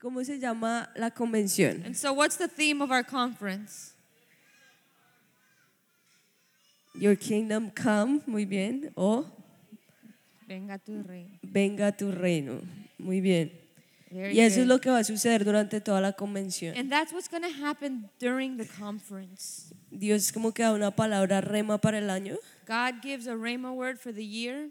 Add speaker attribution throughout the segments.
Speaker 1: ¿Cómo se llama la convención?
Speaker 2: And so, what's the theme of our conference?
Speaker 1: Your kingdom come, muy bien. O
Speaker 2: Venga tu reino.
Speaker 1: venga tu reino, muy bien.
Speaker 2: Very
Speaker 1: Y eso
Speaker 2: good.
Speaker 1: es lo que va a suceder durante toda la convención.
Speaker 2: And that's what's going to happen during the conference.
Speaker 1: Dios como que da una palabra rema para el año
Speaker 2: God gives a rhema word for the year,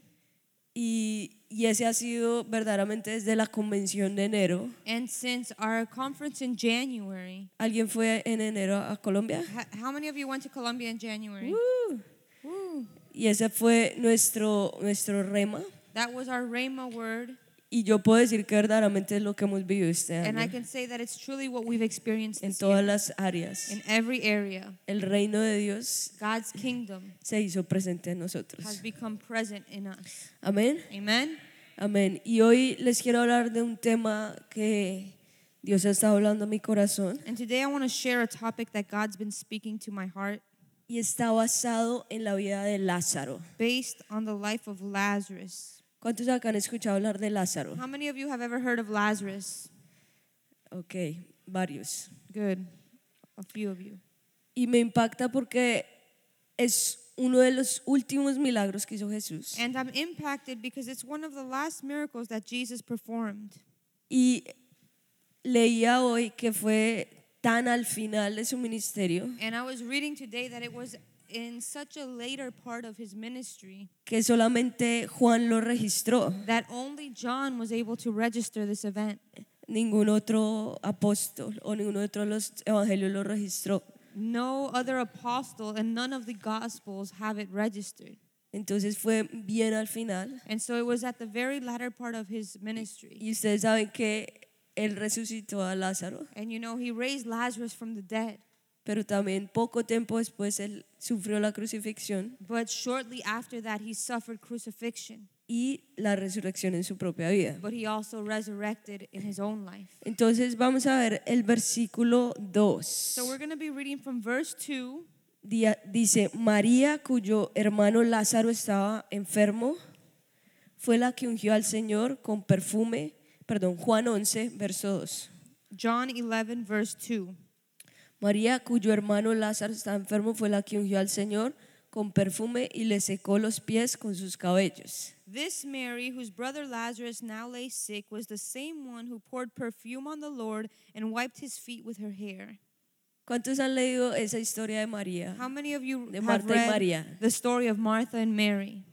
Speaker 1: y, y ese ha sido verdaderamente desde la convención de enero.
Speaker 2: and since our conference in January,
Speaker 1: ¿Alguien fue en enero a Colombia?
Speaker 2: h- how many of you went to Colombia in January?
Speaker 1: ¡Uh!
Speaker 2: Woo.
Speaker 1: Y ese fue nuestro, nuestro rema.
Speaker 2: That was our rhema word,
Speaker 1: Y yo puedo decir que verdaderamente es lo que hemos vivido este
Speaker 2: and I
Speaker 1: año
Speaker 2: can say that it's truly what we've experienced
Speaker 1: en
Speaker 2: this
Speaker 1: todas
Speaker 2: year,
Speaker 1: las áreas.
Speaker 2: in every area.
Speaker 1: El reino de Dios
Speaker 2: God's kingdom
Speaker 1: se hizo presente en
Speaker 2: has
Speaker 1: nosotros.
Speaker 2: become present in us.
Speaker 1: Amén.
Speaker 2: Amen.
Speaker 1: Amén. Y hoy les quiero hablar de un tema que Dios ha estado hablando a mi corazón
Speaker 2: And today I want to share a topic that God's been speaking to my heart
Speaker 1: y está basado en la vida de Lázaro.
Speaker 2: based on the life of Lazarus.
Speaker 1: ¿Cuántos acá han escuchado hablar de Lázaro?
Speaker 2: How many of you have ever heard of Lazarus?
Speaker 1: Ok, varios.
Speaker 2: Good. A few of you.
Speaker 1: Y me impacta porque es uno de los últimos milagros que hizo Jesús.
Speaker 2: And I'm impacted because it's one of the last miracles that Jesus performed.
Speaker 1: Y leía hoy que fue tan al final de su ministerio
Speaker 2: And I was reading today that it was in such a later part of his ministry
Speaker 1: que solamente Juan lo registró.
Speaker 2: that only John was able to register this event.
Speaker 1: Ningún otro apóstol o ninguno otro de los evangelios lo registró.
Speaker 2: No other apostle and none of the gospels have it registered.
Speaker 1: Entonces fue bien al final.
Speaker 2: And so it was at the very latter part of his ministry.
Speaker 1: Y ustedes saben que él resucitó a Lázaro,
Speaker 2: And you know, he raised Lazarus from the dead.
Speaker 1: pero también poco tiempo después él sufrió la crucifixión
Speaker 2: But shortly after that, he suffered crucifixion.
Speaker 1: y la resurrección en su propia vida.
Speaker 2: But he also resurrected in his own life.
Speaker 1: Entonces vamos a ver el versículo 2.
Speaker 2: So we're going to be reading from verse 2.
Speaker 1: Dia- dice, María, cuyo hermano Lázaro estaba enfermo, fue la que ungió al Señor con perfume, perdón, Juan 11, verso 2.
Speaker 2: John 11, verse 2.
Speaker 1: María, cuyo hermano Lázaro estaba enfermo, fue la que ungió al Señor con perfume y le secó los pies con sus cabellos.
Speaker 2: This Mary, whose brother Lazarus now lay sick, was the same one who poured perfume on the Lord and wiped his feet with her hair.
Speaker 1: ¿Cuántos han leído esa historia de María?
Speaker 2: How many of you
Speaker 1: De
Speaker 2: have
Speaker 1: Marta y
Speaker 2: read
Speaker 1: María.
Speaker 2: the story of Martha and Mary?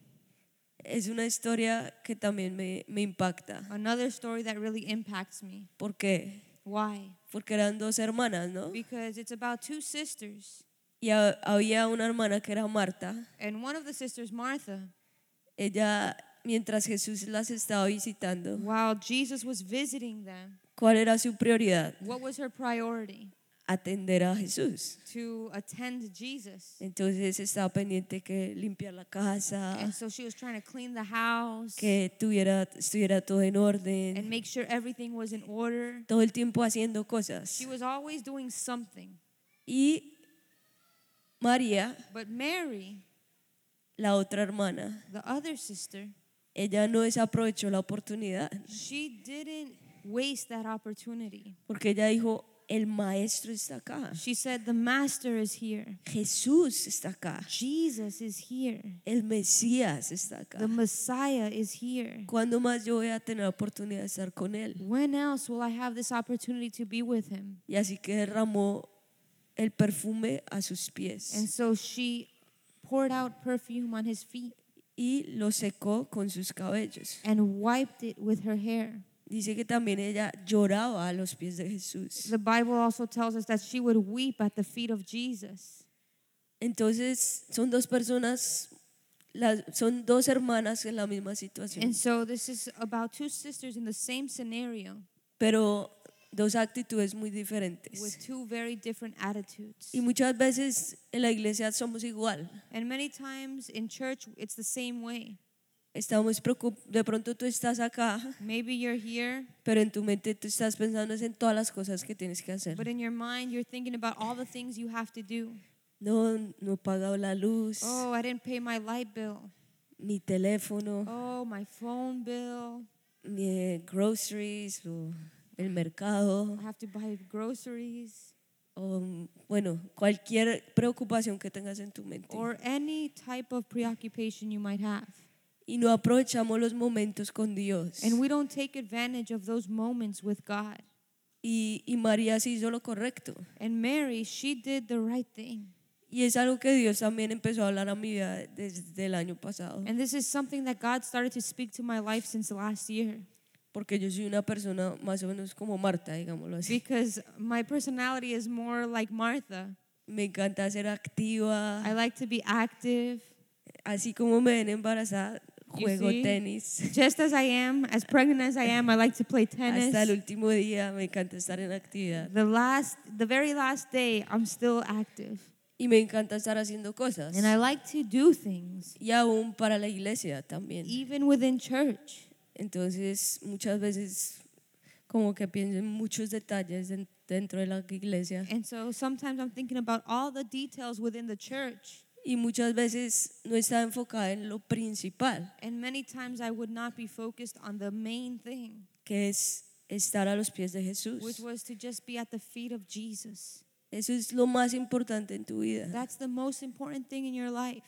Speaker 1: Es una historia que también me, me impacta.
Speaker 2: Another story that really impacts me.
Speaker 1: ¿Por qué?
Speaker 2: Why?
Speaker 1: Porque eran dos hermanas, ¿no?
Speaker 2: Because it's about two sisters,
Speaker 1: Y ha- había una hermana que era Marta.
Speaker 2: and one of the sisters, Martha,
Speaker 1: Ella, mientras Jesús las estaba visitando,
Speaker 2: while Jesus was visiting them,
Speaker 1: ¿cuál era su prioridad?
Speaker 2: what was her priority?
Speaker 1: Atender a Jesús.
Speaker 2: To attend Jesus.
Speaker 1: Entonces estaba pendiente que limpiar la casa,
Speaker 2: And so she was trying to clean the house
Speaker 1: que tuviera, estuviera todo en
Speaker 2: and
Speaker 1: orden,
Speaker 2: make sure everything was in order.
Speaker 1: todo el tiempo haciendo cosas.
Speaker 2: She was always doing something.
Speaker 1: Y María,
Speaker 2: But Mary,
Speaker 1: la otra hermana,
Speaker 2: the other sister,
Speaker 1: ella no desaprovechó la oportunidad,
Speaker 2: she didn't waste that opportunity.
Speaker 1: porque ella dijo, el maestro está acá,
Speaker 2: She said, The Master is here.
Speaker 1: Jesús está acá,
Speaker 2: Jesus is here.
Speaker 1: el Mesías está acá.
Speaker 2: The Messiah is here.
Speaker 1: ¿Cuándo más yo voy a tener oportunidad de estar con él?
Speaker 2: When else will I have this opportunity to be with him?
Speaker 1: Y así que derramó el perfume a sus
Speaker 2: And
Speaker 1: pies
Speaker 2: so she poured out perfume on his feet
Speaker 1: y lo secó con sus cabellos.
Speaker 2: and wiped it with her hair.
Speaker 1: Dice que también ella lloraba a los pies de Jesús.
Speaker 2: The Bible also tells us that she would weep at the feet of Jesus.
Speaker 1: Entonces son dos personas, las- son dos hermanas en la misma situación,
Speaker 2: And so this is about two sisters in the same scenario
Speaker 1: pero dos actitudes muy diferentes.
Speaker 2: with two very different attitudes.
Speaker 1: Y muchas veces en la iglesia somos igual.
Speaker 2: And many times in church, it's the same way.
Speaker 1: Estamos preocup- de pronto tú estás acá,
Speaker 2: Maybe you're here,
Speaker 1: pero en tu mente tú estás pensando es en todas las cosas que tienes que hacer.
Speaker 2: but in your mind, you're thinking about all the things you have to do.
Speaker 1: No, no he pagado la luz,
Speaker 2: Oh, I didn't pay my light bill.
Speaker 1: mi teléfono,
Speaker 2: Oh, my phone bill.
Speaker 1: ni eh, groceries, o el mercado,
Speaker 2: I have to buy groceries
Speaker 1: o bueno, cualquier preocupación que tengas en tu mente.
Speaker 2: or any type of preoccupation you might have.
Speaker 1: Y no aprovechamos los momentos con Dios.
Speaker 2: And we don't take advantage of those moments with God.
Speaker 1: Y, y María sí hizo lo correcto.
Speaker 2: And Mary, she did the right thing.
Speaker 1: Y es algo que Dios también empezó a hablar a mi vida desde el año pasado.
Speaker 2: And this is something that God started to speak to my life since last year
Speaker 1: Porque yo soy una persona más o menos como Marta, digámoslo así.
Speaker 2: because my personality is more like Martha.
Speaker 1: Me encanta ser activa.
Speaker 2: I like to be active.
Speaker 1: Así como me ven embarazada, juego
Speaker 2: see?
Speaker 1: tenis.
Speaker 2: Just as I am, as pregnant as I am, I like to play tennis.
Speaker 1: Hasta el último día me encanta estar en actividad.
Speaker 2: The last, the very last day, I'm still active,
Speaker 1: Y me encanta estar haciendo cosas.
Speaker 2: and I like to do things,
Speaker 1: Y aún para la iglesia también.
Speaker 2: even within church.
Speaker 1: Entonces, muchas veces como que pienso en muchos detalles en- dentro de la iglesia
Speaker 2: And so sometimes I'm thinking about all the details within the church,
Speaker 1: y muchas veces no está enfocada en lo principal,
Speaker 2: and many times I would not be focused on the main thing,
Speaker 1: que es estar a los pies de
Speaker 2: which
Speaker 1: Jesús.
Speaker 2: was to just be at the feet of Jesus.
Speaker 1: Eso es lo más importante en tu vida.
Speaker 2: That's the most important thing in your life.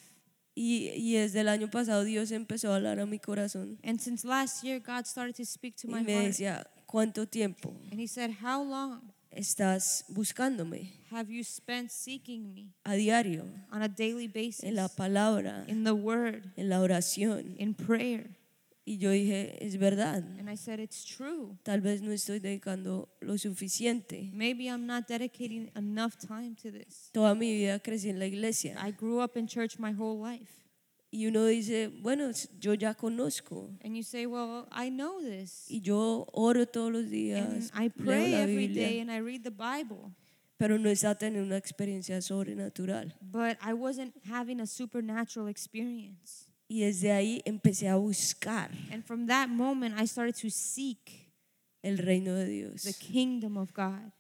Speaker 1: Y, y desde el año pasado Dios empezó a hablar a mi corazón
Speaker 2: And since last year, God started to speak to
Speaker 1: y
Speaker 2: my
Speaker 1: me
Speaker 2: heart,
Speaker 1: decía, ¿cuánto tiempo
Speaker 2: and He said, "How long
Speaker 1: estás buscándome
Speaker 2: have you spent seeking Me
Speaker 1: a diario,
Speaker 2: on a daily
Speaker 1: en la
Speaker 2: basis,
Speaker 1: palabra,
Speaker 2: in the Word?"
Speaker 1: en la oración?
Speaker 2: in prayer.
Speaker 1: Y yo dije, es verdad.
Speaker 2: And I said, It's true.
Speaker 1: tal vez no estoy dedicando lo suficiente.
Speaker 2: Maybe I'm not dedicating enough time to this.
Speaker 1: Toda mi vida crecí en la iglesia
Speaker 2: I grew up in church my whole life.
Speaker 1: y uno dice, bueno, s- yo ya conozco
Speaker 2: And you say, Well, I know this.
Speaker 1: y yo oro todos los
Speaker 2: And
Speaker 1: días,
Speaker 2: I
Speaker 1: leo
Speaker 2: pray
Speaker 1: la
Speaker 2: every day
Speaker 1: Biblia,
Speaker 2: and I read the Bible.
Speaker 1: pero no está teniendo una experiencia sobrenatural.
Speaker 2: But I wasn't having a supernatural experience.
Speaker 1: Y desde ahí empecé a buscar
Speaker 2: And from that moment, I started to seek
Speaker 1: el reino de
Speaker 2: the
Speaker 1: Dios.
Speaker 2: kingdom of God.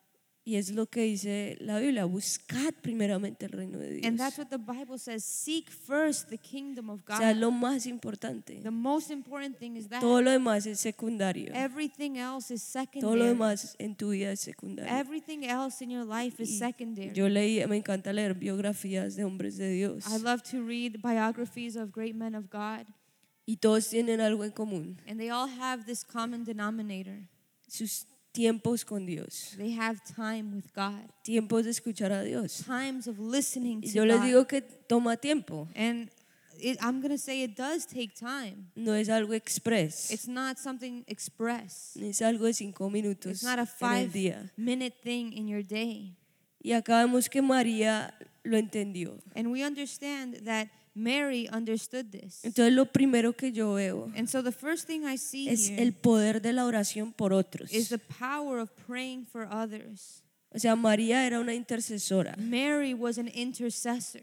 Speaker 1: Y es lo que dice la Biblia, buscad primeramente el reino de
Speaker 2: And that's
Speaker 1: Dios.
Speaker 2: what the Bible says seek first the kingdom of
Speaker 1: O sea,
Speaker 2: God.
Speaker 1: lo más importante.
Speaker 2: The most important thing is that
Speaker 1: Todo lo demás es secundario.
Speaker 2: everything else is
Speaker 1: Todo lo
Speaker 2: secondary.
Speaker 1: demás en tu vida es secundario.
Speaker 2: Everything else in your life is secondary.
Speaker 1: Yo leí, me encanta leer biografías de hombres de Dios
Speaker 2: I love to read biographies of great men of God,
Speaker 1: y todos tienen algo en común,
Speaker 2: and they all have this common denominator.
Speaker 1: sus tiempos con Dios,
Speaker 2: They have time with God,
Speaker 1: tiempos de escuchar a Dios.
Speaker 2: times of listening
Speaker 1: Y
Speaker 2: to
Speaker 1: yo les
Speaker 2: God.
Speaker 1: digo que toma tiempo,
Speaker 2: and it, I'm going to say it does take time.
Speaker 1: no es algo express,
Speaker 2: It's not something express.
Speaker 1: no es algo de cinco minutos
Speaker 2: It's not a
Speaker 1: en el
Speaker 2: five
Speaker 1: día.
Speaker 2: minute thing in your day.
Speaker 1: Y acá vemos que María lo entendió.
Speaker 2: And we understand that Mary understood this.
Speaker 1: Entonces lo primero que yo veo
Speaker 2: And so the first thing I see
Speaker 1: es
Speaker 2: here
Speaker 1: el poder de la oración por otros.
Speaker 2: is the power of praying for others.
Speaker 1: O sea, María era una intercesora.
Speaker 2: Mary was an intercessor.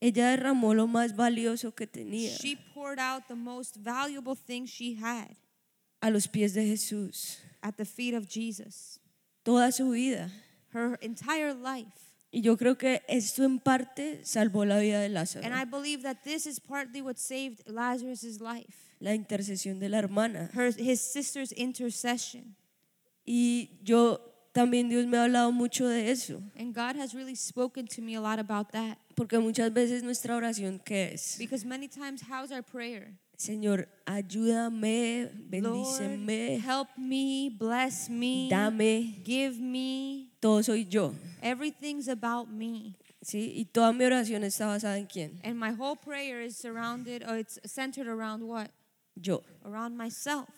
Speaker 1: Ella derramó lo más valioso que tenía
Speaker 2: She poured out the most valuable thing she had
Speaker 1: a los pies de Jesús.
Speaker 2: at the feet of Jesus,
Speaker 1: toda su vida.
Speaker 2: her entire life.
Speaker 1: Y yo creo que esto en parte salvó la vida de Lázaro,
Speaker 2: And I believe that this is partly what saved Lazarus' life,
Speaker 1: la intercesión de la hermana.
Speaker 2: her, his sister's intercession.
Speaker 1: Y yo también Dios me ha hablado mucho de eso,
Speaker 2: And God has really spoken to me a lot about that
Speaker 1: porque muchas veces nuestra oración qué es?
Speaker 2: because many times, how's our prayer?
Speaker 1: Señor, ayúdame,
Speaker 2: Lord,
Speaker 1: bendíceme,
Speaker 2: help me, bless me,
Speaker 1: dame,
Speaker 2: give me.
Speaker 1: todo soy yo.
Speaker 2: Everything's about me.
Speaker 1: ¿sí? Y toda mi oración está basada en quién?
Speaker 2: And my whole prayer is surrounded, or it's centered around what?
Speaker 1: Yo.
Speaker 2: Around myself.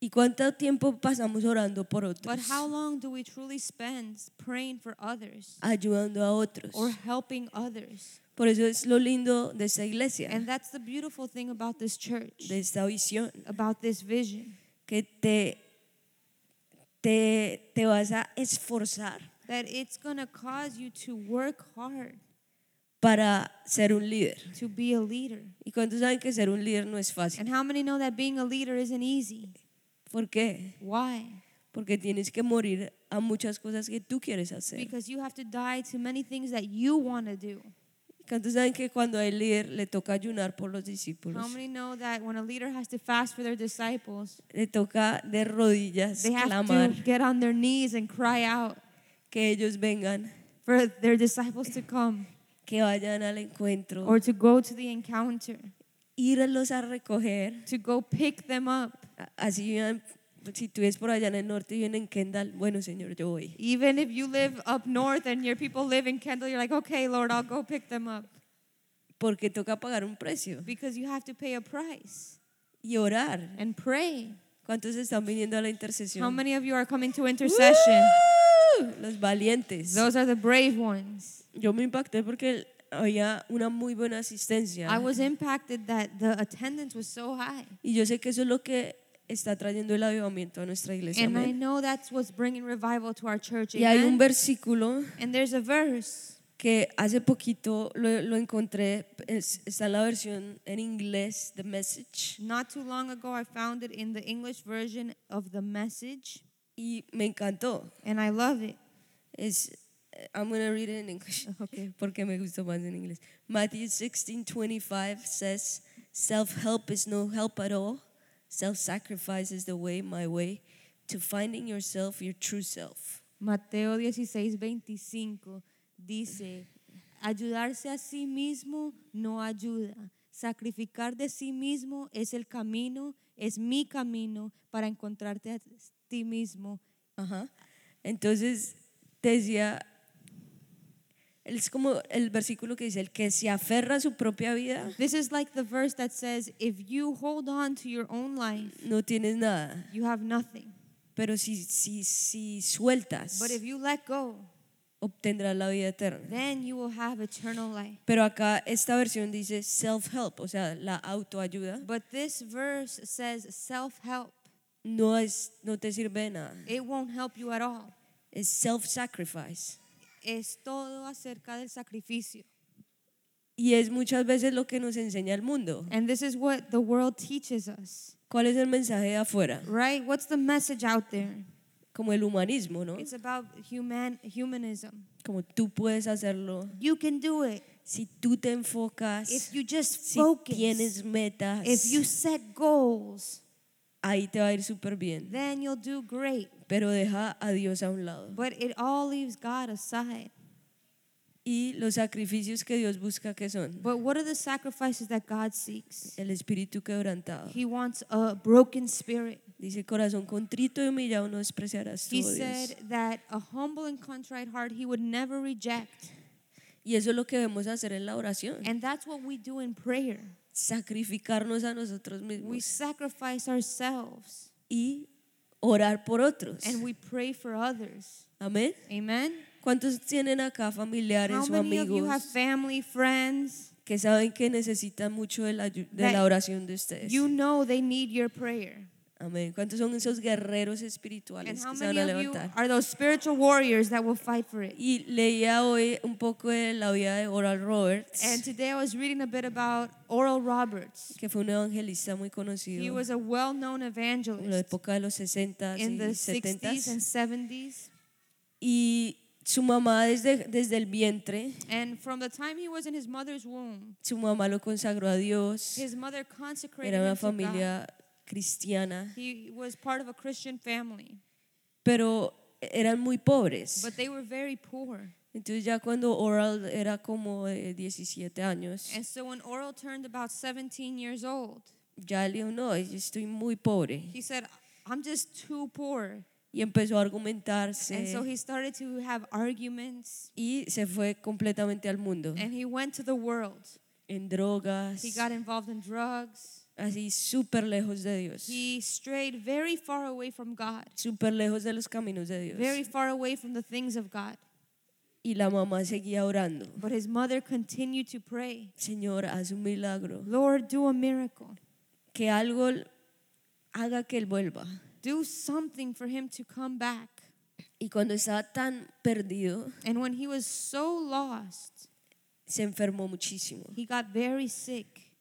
Speaker 1: ¿Y cuánto tiempo pasamos orando por
Speaker 2: But
Speaker 1: otros?
Speaker 2: how long do we truly spend praying for others
Speaker 1: Ayudando a otros.
Speaker 2: or helping others?
Speaker 1: Por eso es lo lindo de esta iglesia,
Speaker 2: And that's the beautiful thing about this church,
Speaker 1: de esta visión.
Speaker 2: about this vision,
Speaker 1: que te, te, te vas a esforzar
Speaker 2: that it's going to cause you to work hard
Speaker 1: para ser un líder.
Speaker 2: to be a leader.
Speaker 1: ¿Y cuántos saben que ser un líder no es fácil?
Speaker 2: And how many know that being a leader isn't easy?
Speaker 1: ¿Por qué?
Speaker 2: Why?
Speaker 1: Porque tienes que morir a muchas cosas que tú quieres hacer.
Speaker 2: Because you have to die to many things that you want to do.
Speaker 1: ¿Cuántos saben que cuando hay líder le toca ayunar por los
Speaker 2: How
Speaker 1: discípulos?
Speaker 2: many know that when a leader has to fast for their disciples,
Speaker 1: Le toca de rodillas
Speaker 2: they have
Speaker 1: clamar
Speaker 2: to get on their knees and cry out
Speaker 1: que ellos vengan,
Speaker 2: for their disciples to come
Speaker 1: que vayan al encuentro,
Speaker 2: or to go to the encounter,
Speaker 1: irlos a recoger.
Speaker 2: to go pick them up.
Speaker 1: A- Así vivan- si tú ves por allá en el norte y vienen en Kendall, bueno Señor, yo voy.
Speaker 2: Even if you live up north and your people live in Kendall, you're like, okay, Lord, I'll go pick them up
Speaker 1: Porque toca pagar un precio
Speaker 2: because you have to pay a price
Speaker 1: y orar.
Speaker 2: and pray.
Speaker 1: ¿Cuántos están viniendo a la
Speaker 2: How
Speaker 1: intercesión?
Speaker 2: many of you are coming to intercession?
Speaker 1: ¡Uh! Los valientes.
Speaker 2: Those are the brave ones.
Speaker 1: Yo me impacté porque había una muy buena asistencia.
Speaker 2: I was impacted that the attendance was so high.
Speaker 1: Y yo sé que eso es lo que está trayendo el avivamiento a nuestra iglesia.
Speaker 2: And I
Speaker 1: amén.
Speaker 2: know that's what's bringing revival to our church.
Speaker 1: Y hay un
Speaker 2: amen?
Speaker 1: versículo
Speaker 2: And there's a verse.
Speaker 1: que hace poquito lo, lo encontré, es- está en la versión en inglés, The Message,
Speaker 2: Not too long ago, I found it in the English version of the message,
Speaker 1: y me encantó.
Speaker 2: and I love it.
Speaker 1: Es, eh, I'm going to read it in English.
Speaker 2: Okay.
Speaker 1: porque me gustó más en inglés. Matthew 16:25 says, "Self-help is no help at all. Self-sacrifice is the way, my way, to finding yourself, your true self."
Speaker 2: Mateo 16, 25 dice, ayudarse a sí mismo no ayuda. Sacrificar de sí mismo es el camino, es mi camino para encontrarte a ti mismo.
Speaker 1: Ajá. Entonces te decía, es como el versículo que dice, el que se aferra a su propia vida
Speaker 2: This is like the verse that says, if you hold on to your own life,
Speaker 1: no tienes nada,
Speaker 2: you have nothing.
Speaker 1: pero si si si sueltas
Speaker 2: But if you let go,
Speaker 1: obtendrás la vida eterna.
Speaker 2: then you will have eternal life.
Speaker 1: Pero acá esta versión dice self-help, o sea, la autoayuda.
Speaker 2: But this verse says self-help.
Speaker 1: no, es, no te sirve de nada.
Speaker 2: It won't help you at all.
Speaker 1: Es self-sacrifice.
Speaker 2: Es todo acerca del sacrificio.
Speaker 1: Y es muchas veces lo que nos enseña el mundo.
Speaker 2: And this is what the world teaches us,
Speaker 1: ¿Cuál es el mensaje de afuera?
Speaker 2: right? What's the message out there?
Speaker 1: Como el humanismo, ¿no?
Speaker 2: It's about human humanism.
Speaker 1: Como tú puedes hacerlo
Speaker 2: You can do it
Speaker 1: si tú te enfocas,
Speaker 2: if you just
Speaker 1: si
Speaker 2: focus.
Speaker 1: tienes metas,
Speaker 2: If you set goals,
Speaker 1: ahí te va a ir súper bien.
Speaker 2: then you'll do great.
Speaker 1: Pero deja a Dios a un lado.
Speaker 2: But it all leaves God aside.
Speaker 1: Y los sacrificios que Dios busca, que son?
Speaker 2: But what are the sacrifices that God seeks?
Speaker 1: El espíritu quebrantado.
Speaker 2: He wants a broken spirit.
Speaker 1: Dice, corazón contrito y humillado no despreciarás tú,
Speaker 2: He
Speaker 1: oh Dios".
Speaker 2: said that a humble and contrite heart he would never reject.
Speaker 1: Y eso es lo que debemos hacer en la oración.
Speaker 2: And that's what we do in prayer.
Speaker 1: sacrificarnos a nosotros
Speaker 2: We
Speaker 1: mismos
Speaker 2: sacrifice ourselves
Speaker 1: y orar por otros.
Speaker 2: and we pray for others.
Speaker 1: Amén.
Speaker 2: Amen.
Speaker 1: ¿Cuántos tienen acá
Speaker 2: How
Speaker 1: familiares o
Speaker 2: many of you have
Speaker 1: amigos
Speaker 2: family, friends?
Speaker 1: que saben que necesitan mucho de la, ayu- de
Speaker 2: That
Speaker 1: la oración de ustedes?
Speaker 2: You know they need your prayer.
Speaker 1: Amén. ¿Cuántos son esos guerreros
Speaker 2: And
Speaker 1: espirituales
Speaker 2: how
Speaker 1: que se van a
Speaker 2: many of you
Speaker 1: levantar?
Speaker 2: are those spiritual warriors that will fight for it?
Speaker 1: Y leía hoy un poco de la vida de Oral Roberts,
Speaker 2: And today I was reading a bit about Oral Roberts.
Speaker 1: que fue un evangelista muy
Speaker 2: He
Speaker 1: conocido
Speaker 2: was a well known
Speaker 1: en la
Speaker 2: evangelist
Speaker 1: época de los 60 y
Speaker 2: in the 60s
Speaker 1: 70s.
Speaker 2: and 70s.
Speaker 1: Y su mamá desde, desde el vientre,
Speaker 2: And from the time he was in his mother's womb,
Speaker 1: su mamá lo consagró a Dios.
Speaker 2: his mother consecrated
Speaker 1: Era una
Speaker 2: him to God.
Speaker 1: familia cristiana,
Speaker 2: He was part of a Christian family,
Speaker 1: pero eran muy pobres.
Speaker 2: but they were very poor.
Speaker 1: Entonces ya cuando Oral era como de 17 años,
Speaker 2: And so when Oral turned about 17 years old,
Speaker 1: ya le dijo, no, yo estoy muy pobre.
Speaker 2: he said, I'm just too poor.
Speaker 1: Y empezó a
Speaker 2: And so
Speaker 1: argumentarse
Speaker 2: he started to have arguments
Speaker 1: y se fue completamente al mundo,
Speaker 2: and he went to the world.
Speaker 1: en drogas,
Speaker 2: He got involved in drugs.
Speaker 1: así súper lejos de Dios,
Speaker 2: He strayed very far away from God,
Speaker 1: súper lejos de los caminos de
Speaker 2: very
Speaker 1: Dios.
Speaker 2: far away from the things of God.
Speaker 1: Y la mamá seguía orando,
Speaker 2: But his mother continued to pray,
Speaker 1: Señor, haz un milagro,
Speaker 2: Lord, do a miracle.
Speaker 1: que algo haga que él vuelva.
Speaker 2: Do something for him to come back.
Speaker 1: Y cuando estaba tan perdido,
Speaker 2: And when he was so lost,
Speaker 1: se enfermó muchísimo
Speaker 2: he got very sick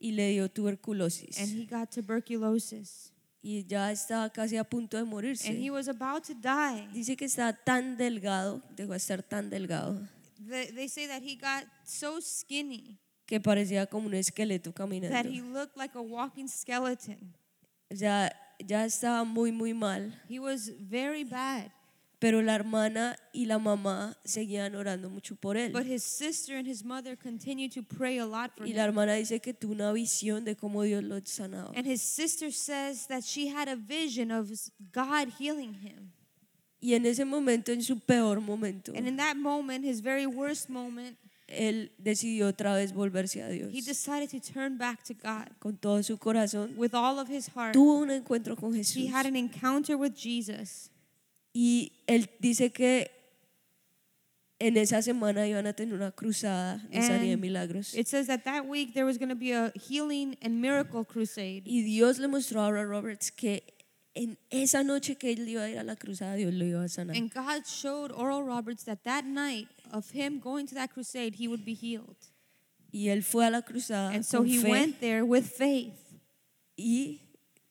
Speaker 1: y le dio
Speaker 2: and
Speaker 1: tuberculosis.
Speaker 2: he got tuberculosis.
Speaker 1: Y ya estaba casi a punto de morirse.
Speaker 2: And he was about to die.
Speaker 1: Dice que estaba tan delgado, llegó a estar tan delgado,
Speaker 2: the, they say that he got so skinny
Speaker 1: que parecía como un esqueleto
Speaker 2: that
Speaker 1: caminando.
Speaker 2: he looked like a walking skeleton.
Speaker 1: O sea, ya estaba muy, muy mal.
Speaker 2: He was very bad.
Speaker 1: Pero la hermana y la mamá seguían orando mucho por
Speaker 2: But
Speaker 1: él.
Speaker 2: his sister and his mother continued to pray a lot for
Speaker 1: Y la
Speaker 2: him.
Speaker 1: hermana dice que tuvo una visión de cómo Dios lo sanaba.
Speaker 2: And his sister says that she had a vision of s- God healing him.
Speaker 1: Y en ese momento, en su peor momento,
Speaker 2: And in that moment, his very worst moment,
Speaker 1: él decidió otra vez volverse a Dios.
Speaker 2: he decided to turn back to God
Speaker 1: Con todo su corazón,
Speaker 2: with all of his heart.
Speaker 1: tuvo un encuentro con
Speaker 2: He
Speaker 1: Jesús.
Speaker 2: had an encounter with Jesus.
Speaker 1: Y él dice que en esa semana iban a tener una cruzada de sanidad de
Speaker 2: And
Speaker 1: milagros.
Speaker 2: It says that that week there was going to be a healing and miracle crusade.
Speaker 1: Y Dios le mostró a Oral Roberts que en esa noche que él iba a ir a la cruzada, Dios lo iba a sanar.
Speaker 2: And God showed Oral Roberts that that night of him going to that crusade, he would be healed.
Speaker 1: Y él fue a la cruzada
Speaker 2: And so
Speaker 1: con
Speaker 2: he
Speaker 1: fe
Speaker 2: went there with faith.
Speaker 1: y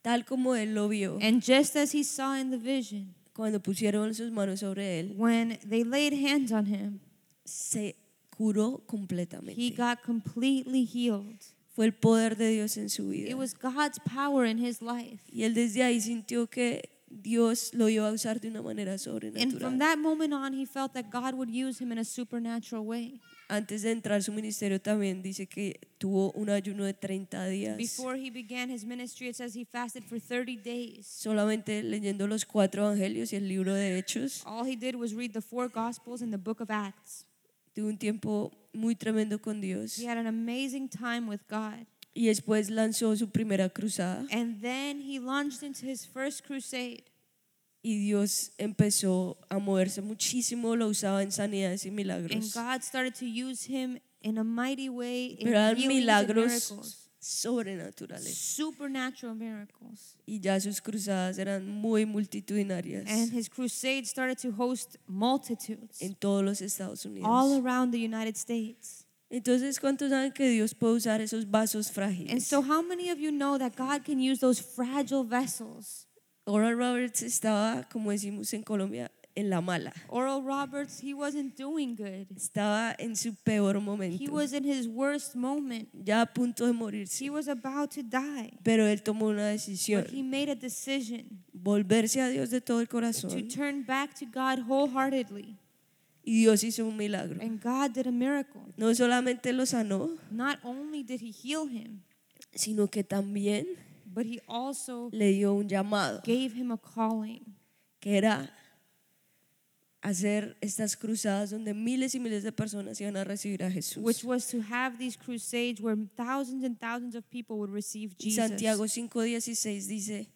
Speaker 1: tal como él lo vio,
Speaker 2: And just as he saw in the vision,
Speaker 1: cuando pusieron sus manos sobre él,
Speaker 2: when they laid hands on him,
Speaker 1: se curó
Speaker 2: he
Speaker 1: completamente.
Speaker 2: got completely healed.
Speaker 1: Fue el poder de Dios en su vida.
Speaker 2: It was God's power in his life.
Speaker 1: Y él desde ahí sintió que Dios lo iba a usar de una manera
Speaker 2: And from
Speaker 1: sobrenatural.
Speaker 2: that moment on, he felt that God would use him in a supernatural way.
Speaker 1: Antes de entrar su ministerio también dice que tuvo un ayuno de 30 días.
Speaker 2: Before he began his ministry, it says he fasted for 30 days.
Speaker 1: solamente leyendo los cuatro evangelios y el libro de Hechos.
Speaker 2: All he did was read the four Gospels and the book of Acts.
Speaker 1: Tuvo un tiempo muy tremendo con Dios
Speaker 2: He had an amazing time with God.
Speaker 1: y después lanzó su primera cruzada
Speaker 2: And then he launched into his first crusade.
Speaker 1: y Dios empezó a moverse muchísimo, lo usaba en sanidades y
Speaker 2: And
Speaker 1: milagros.
Speaker 2: God started to use him in a mighty way in
Speaker 1: Pero eran
Speaker 2: healings and miracles.
Speaker 1: milagros sobrenaturales
Speaker 2: Supernatural miracles.
Speaker 1: y ya sus cruzadas eran muy
Speaker 2: And
Speaker 1: multitudinarias
Speaker 2: his crusade started to host multitudes
Speaker 1: en todos los Estados
Speaker 2: all
Speaker 1: Unidos.
Speaker 2: around the United States.
Speaker 1: Entonces, ¿cuántos saben que Dios puede usar esos vasos
Speaker 2: And
Speaker 1: frágiles?
Speaker 2: so, how many of you know that God can use those fragile vessels?
Speaker 1: Oral Roberts estaba, como decimos en Colombia, en la mala.
Speaker 2: Oral Roberts, he wasn't doing good.
Speaker 1: estaba en su peor
Speaker 2: He
Speaker 1: momento,
Speaker 2: was in his worst moment.
Speaker 1: ya a punto de
Speaker 2: He
Speaker 1: morirse,
Speaker 2: was about to die.
Speaker 1: pero él tomó una
Speaker 2: But he
Speaker 1: decisión,
Speaker 2: made a decision
Speaker 1: volverse a Dios de todo el
Speaker 2: to
Speaker 1: corazón
Speaker 2: turn back to God wholeheartedly.
Speaker 1: y Dios hizo un milagro.
Speaker 2: And God did a miracle.
Speaker 1: No solamente lo sanó,
Speaker 2: Not only did he heal him,
Speaker 1: sino que también
Speaker 2: but he also
Speaker 1: le dio un llamado,
Speaker 2: gave him a calling.
Speaker 1: que era hacer estas cruzadas donde miles y miles de personas iban a recibir a
Speaker 2: which
Speaker 1: Jesús.
Speaker 2: was to have these crusades where thousands and thousands of people would receive
Speaker 1: Y
Speaker 2: Jesus.
Speaker 1: Santiago 5:16 dice,